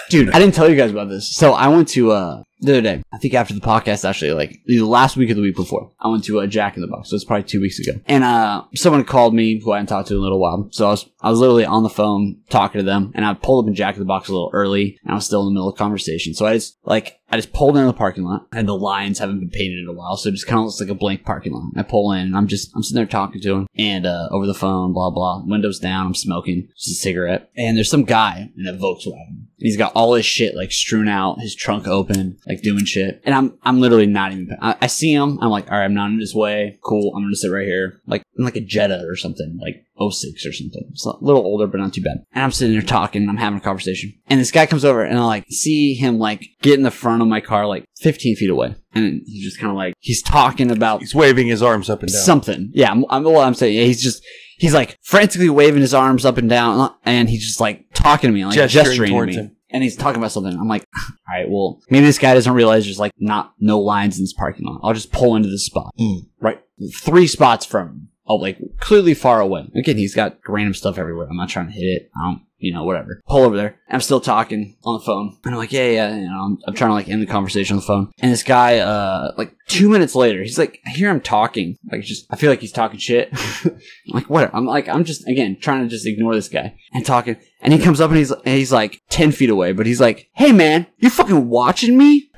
dude i didn't tell you guys about this so i went to uh the other day i think after the podcast actually like the last week of the week before i went to uh, jack in the box so it's probably two weeks ago and uh someone called me who i hadn't talked to in a little while so i was i was literally on the phone talking to them and i pulled up in jack in the box a little early and i was still in the middle of conversation so i just like i just pulled into the parking lot and the lines haven't been painted in a while so it just kind of looks like a blank parking lot i pull in and i'm just i'm sitting there talking to him and uh over the phone blah blah windows down i'm smoking just a cigarette and there's some guy in a volkswagen and he's got all his shit like strewn out, his trunk open, like doing shit. And I'm I'm literally not even. I, I see him. I'm like, all right, I'm not in his way. Cool. I'm gonna sit right here, like I'm like a Jetta or something, like 06 or something. It's a little older, but not too bad. And I'm sitting there talking. I'm having a conversation, and this guy comes over, and I like see him like get in the front of my car, like 15 feet away, and he's just kind of like he's talking about He's waving his arms up and down. something. Yeah, I'm, I'm, well, I'm saying yeah, he's just he's like frantically waving his arms up and down, and he's just like talking to me, like Gesturing gesturing, to towards me. him. And he's talking about something. I'm like, all right, well, maybe this guy doesn't realize there's like not no lines in this parking lot. I'll just pull into this spot, Hmm. Mm. right, three spots from him. Oh, like clearly far away. Again, he's got random stuff everywhere. I'm not trying to hit it. I don't, you know, whatever. Pull over there. I'm still talking on the phone. And I'm like, yeah, yeah, you know, I'm, I'm trying to like end the conversation on the phone. And this guy, uh, like two minutes later, he's like, I hear him talking. Like, just, I feel like he's talking shit. I'm like, what? I'm like, I'm just, again, trying to just ignore this guy and talking. And he comes up and he's, and he's like 10 feet away, but he's like, hey man, you fucking watching me?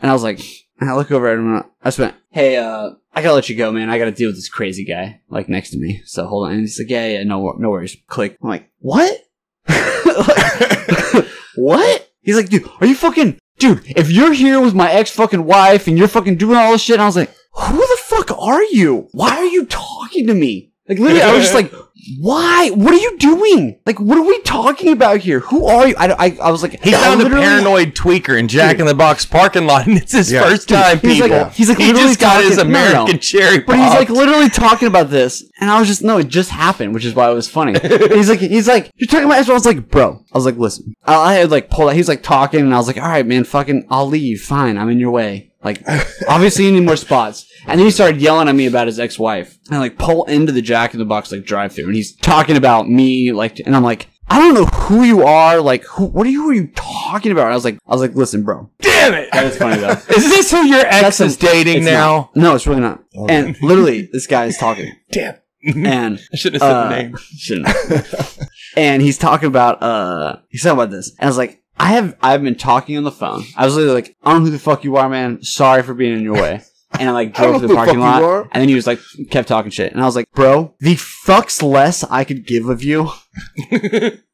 And I was like, and I look over at him and I spent, hey, uh, I gotta let you go, man. I gotta deal with this crazy guy, like, next to me. So hold on. And he's like, yeah, yeah, no, wor- no worries. Click. I'm like, what? Like, what? He's like, dude, are you fucking, dude, if you're here with my ex fucking wife and you're fucking doing all this shit, and I was like, who the fuck are you? Why are you talking to me? Like literally, I was just like, "Why? What are you doing? Like, what are we talking about here? Who are you?" I, don't- I, I was like, He I found a literally- paranoid tweaker in Jack in the Box parking lot, and it's his Yeah. first time. He's people, like- he's like he literally just got his talking- no, no. American cherry. But he's like popped. literally talking about this, and I was just no, it just happened, which is why it was funny. And he's like, he's like, you're talking about. Ezra?" I was like, bro, I was like, listen, I, I had like pulled. out. He's like talking, and I was like, all right, man, fucking, I'll leave. Fine, I'm in your way. Like, obviously, you need more spots. And then he started yelling at me about his ex-wife, and I, like pull into the Jack in the Box like drive-through, and he's talking about me, like, and I'm like. I don't know who you are, like who, what are you, who are you talking about? And I was like, I was like, listen, bro, damn it! that is funny though. Is this who your ex That's is a- dating It's now? not. No, it's really not. And literally, this guy is talking, Damn. and I shouldn't have said uh, the name. shouldn't. and he's talking about uh, he's talking about this, and I was like, I have I've been talking on the phone. I was literally like, I don't know who the fuck you are, man. Sorry for being in your way. And I like I don't drove know who to the the parking fuck you lot, are. and then he was like, kept talking shit, and I was like, bro, the fucks less I could give of you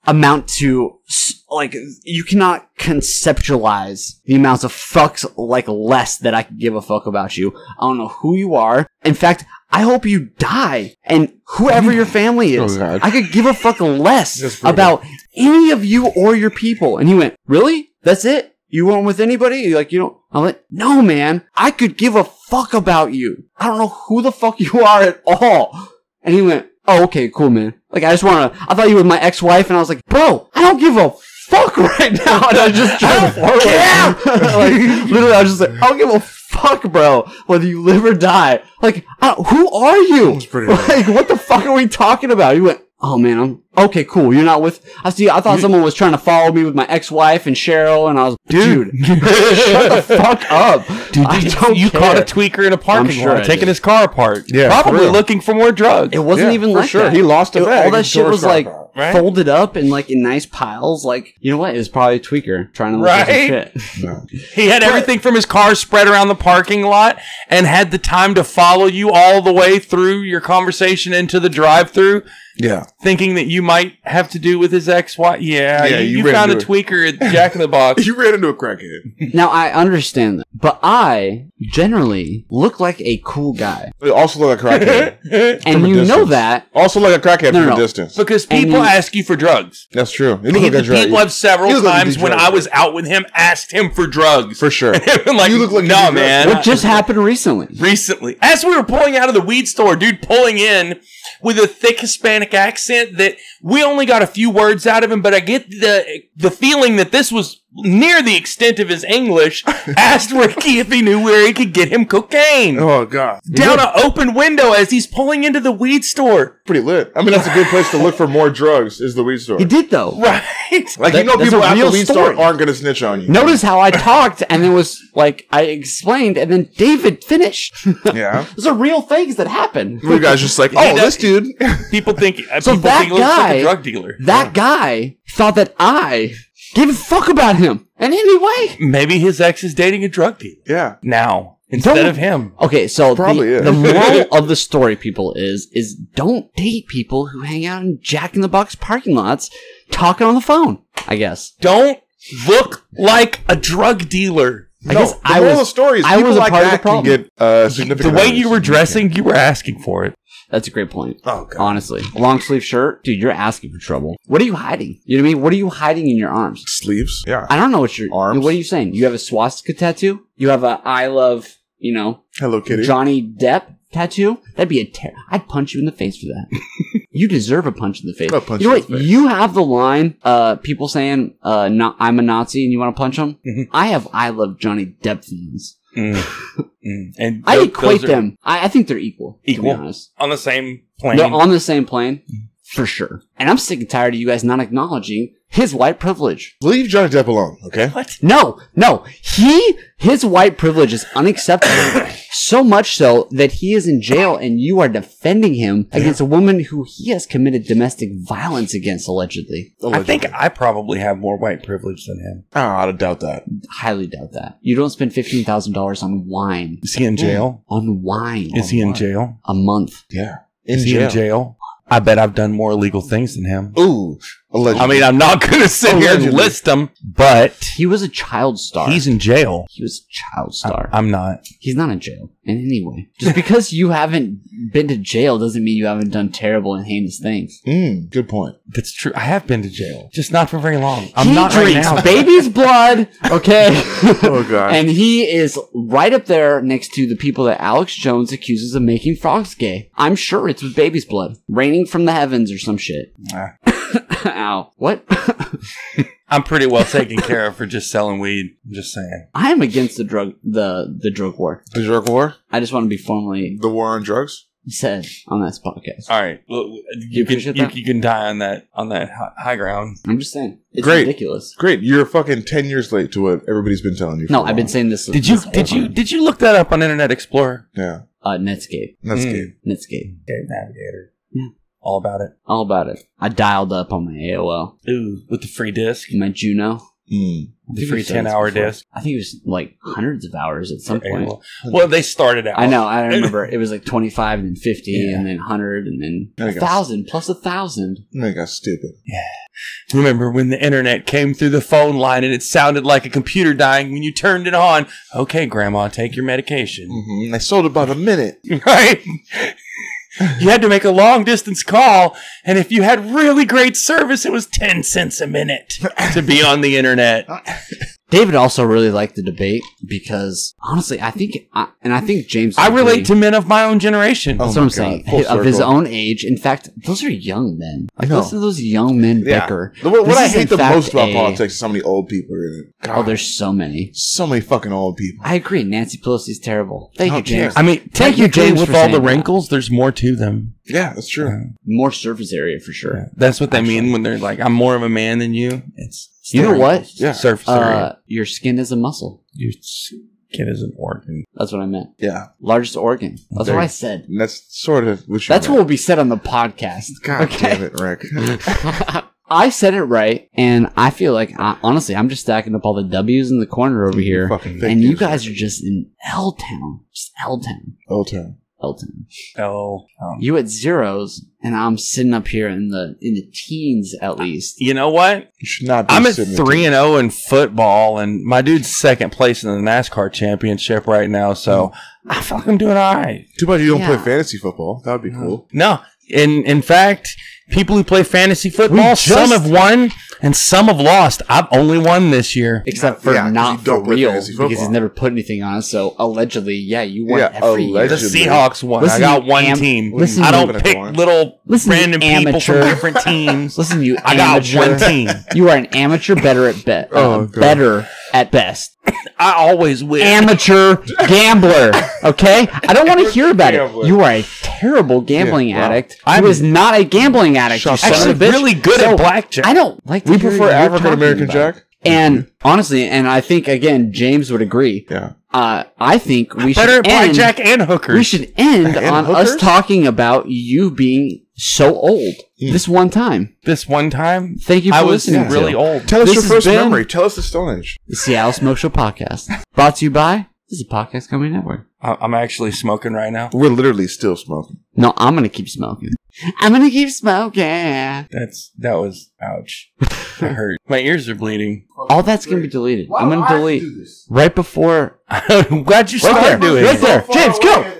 amount to s- like you cannot conceptualize the amounts of fucks like less that I could give a fuck about you. I don't know who you are. In fact, I hope you die and whoever your family is. Oh, God. I could give a fuck That's less brutal. about any of you or your people. And he went, really? That's it? You weren't with anybody? You're like, you don't. I'm like, no, man. I could give a fuck about you. I don't know who the fuck you are at all. And he went, oh, okay, cool, man. Like, I just want to, I thought you were my ex-wife, and I was like, bro, I don't give a fuck right now. And I just drove forward. like, literally, I was just like, I don't give a fuck, bro, whether you live or die. Like, I, who are you? like, what the fuck are we talking about? He went, oh, man, I'm, okay, cool. You're not with, I see, I thought someone was trying to follow me with my ex-wife and Cheryl, and I was, dude, shut the fuck up. Dude, I don't you care. caught a tweaker in a parking I'm sure I lot, taking did. his car apart. Yeah, for probably real. looking for more drugs. It wasn't Yeah, even for like sure. that. He lost a It- bag All that and shit tore was his like crop out, right? folded up in like in nice piles. Like you know what? It was probably a tweaker trying to look at Right? some shit. He had everything from his car spread around the parking lot and had the time to follow you all the way through your conversation into the drive through, Yeah. thinking that you might have to do with his ex wife. Yeah, Yeah, you, you you ran found a into tweaker at Jack in the Box. You ran into a crackhead. Now I understand that, but I generally look like a cool guy, Also like a crackhead. and a you know distance. that. also like a crackhead No, from no, a no. distance. because people And he- ask you for drugs. That's true. You He- look like a drug. people have you several look like a times when drug I was out with him asked him for drugs. for sure. And like, You look like you no, do drugs. man. What just happened recently? recently. As we were pulling out of the weed store, dude pulling in with a thick Hispanic accent that we only got a few words out of him, but I get the the feeling that this was near the extent of his English, asked Ricky if he knew where he could get him cocaine. oh god. Down an open window as he's pulling into the weed store. pretty lit. I mean, that's a good place to look for more drugs is the weed store. He did though. Right. Like That- you know, that's people a at the real weed story. store aren't gonna snitch on you. Notice how I talked, and it was like I explained, and then David finished. Yeah. Those are real things that happened. You guys just like, oh, this dude. People think uh, So people that think he looks like guy- a drug dealer. That guy thought that I gave a fuck about him in any way. Maybe his ex is dating a drug dealer Yeah. now instead Don't- of him. Okay, so Probably the, is. the moral of the story, people, is is don't date people who hang out in Jack in the Box parking lots talking on the phone. I guess. Don't look like a drug dealer. I no, guess the I moral of was. the story is I people was a like part of that the problem. can get uh, significant. the way others. you were dressing, you were asking for it. That's a great point. Oh god. Honestly, long sleeve shirt, dude, you're asking for trouble. What are you hiding? You know what I mean? What are you hiding in your arms? Sleeves. Yeah. I don't know what you're. Arms? What are you saying? You have a swastika tattoo? You have a I love you know Hello Kitty. Johnny Depp tattoo? That'd be a ter- I'd punch you in the face for that. you deserve a punch in the face. I'll punch you know you in what? the face. You have the line, uh, people saying, uh, not, I'm a Nazi and you want to punch him. Mm-hmm. Mhm. I have I love Johnny Depp fans. Mm. And I tho- equate those are them. I, I think they're equal. Equal? To be honest. on the same plane. They're on the same plane Mm-hmm. for sure. And I'm sick and tired of you guys not acknowledging his white privilege. Leave Johnny Depp alone, okay? what? No, no. He his white privilege is unacceptable. so much so that he is in jail and you are defending him against a woman who he has committed domestic violence against allegedly. I think I probably have more white privilege than him. Oh, I don't doubt that. Highly doubt that. You don't spend fifteen thousand dollars on wine. Is he in jail? On wine. Is he in jail? a month. Yeah. Is he in jail? I bet I've done more illegal things than him. Ooh, Allegedly. I mean, I'm not going to sit here and Allegedly. list them, but He was a child star. he's in jail. he was a child I- star. I'm not. He's not in jail in any way. Just because you haven't been to jail doesn't mean you haven't done terrible and heinous things. Mm, good point. That's true. I have been to jail, just not for very long. I'm he not right drinks now. baby's blood, okay? Oh god. and he is right up there next to the people that Alex Jones accuses of making frogs gay. I'm sure it's with baby's blood, raining from the heavens or some shit. Nah. Ow. What? I'm pretty well taken care of for just selling weed. I'm just saying. I am against the drug the the drug war. the drug war, I just want to be formally the war on drugs. said on this podcast. All right, well, you, can appreciate you, that? you can die on that on that hi- high ground. I'm just saying. It's Great. ridiculous. Great, you're fucking ten years late to what everybody's been telling you. for No, a I've been while. saying this. Did you this whole did you time. did you look that up on Internet Explorer? Yeah, Uh, Netscape. that's Mm. good. Netscape. Game Navigator. Yeah. All about it. All about it. I dialed up on my AOL, Ooh, with the free disc, my Juno. Mm. the We've free said this ten hour before. disc. I think it was like hundreds of hours at some point. Well, well, they started out. I know. I remember it was like 25 and then 50 Yeah. and then 100 and then There a you go. 1,000 plus a 1,000. That got stupid. Remember when the internet came through the phone line and it sounded like a computer dying when you turned it on? Okay, Grandma, take your medication. Mm-hmm. And they sold it by the minute. Right? you had to make a long distance call, and if you had really great service, it was 10 cents a minute to be on the internet. Oh David also really liked the debate because honestly, I think, I, and I think James. I relate to men of my own generation. Oh. That's what I'm my saying. God, full Of his circle. own age. In fact, those are young men. Like, know. listen to those young men Yeah. bicker. The- What, what This I is in hate the fact most about a- politics is how many old people are in it. Oh, God, there's so many. so many fucking old people. I agree. Nancy Pelosi's terrible. Thank Oh, you, James. I mean, Thank you, technically, James, With for all saying the that. wrinkles, there's more to them. Uh, Yeah, that's true. More surface area for sure. That's what they mean when they're like, "I'm more of a man than you." It's, it's You the know what? wrinkles. Yeah. Surface Uh, area. your skin is a muscle. Your skin is an organ. That's what I meant. Yeah, Largest organ. That's There- what I said. and that's sort of what you. That's what meant. will be said on the podcast. God damn it, Rick. I said it right, and I feel like I, honestly, I'm just stacking up all the W's in the corner over here, fucking thing. and you guys are just in L town, just L town, old town. L town. Oh, um, You at zeros, and I'm sitting up here in the in the teens at least. you know what? You should not. Be I'm at sitting three and zero in football, and my dude's second place in the NASCAR championship right now. Mm. So I feel like I'm doing all right. Too bad you don't play Yeah. fantasy football. That would be cool. No, in in fact, people who play fantasy football, just- some have won and some have lost. I've only won this year. Except for Yeah, 'cause not you for don't play real, fantasy because he's football. never put anything on us. So allegedly, yeah, you won Yeah, every year. The allegedly. Seahawks won. Listen, I got you one am- team. listen, I you- don't pick little Listen, you random people from amateur. different teams. Listen, you I got amateur. one team. You are an amateur better at bet, Oh, uh, God. better at best. I always win. amateur gambler. Okay, I don't want to hear about Gambler. it. You are a terrible gambling Yeah, wow. addict. I I'm- was not a gambling addict. You Shut son up. of a Actually, bitch. really good So, at blackjack. I don't like. To We hear prefer you're African talking American about Jack. Mm-hmm. it. And honestly, and I think again, James would agree. Yeah. Uh, I think we better should at end. blackjack and hookers. We should end And on us hookers? talking about you being so old Mm. this one time. this one time, Thank you for I was listening. to really old. Tell us This your has first been- memory. Tell us the Stone Age. the Seattle Smoke Show podcast, brought to you by this is a podcast company network. I- I'm actually smoking right now. We're literally still smoking. No, I'm gonna keep smoking. I'm gonna keep smoking. That's that was ouch. That hurt. My ears are bleeding. All that's gonna be deleted. I'm gonna delete right before I'm glad you right there. started doing Right it. there, James, go.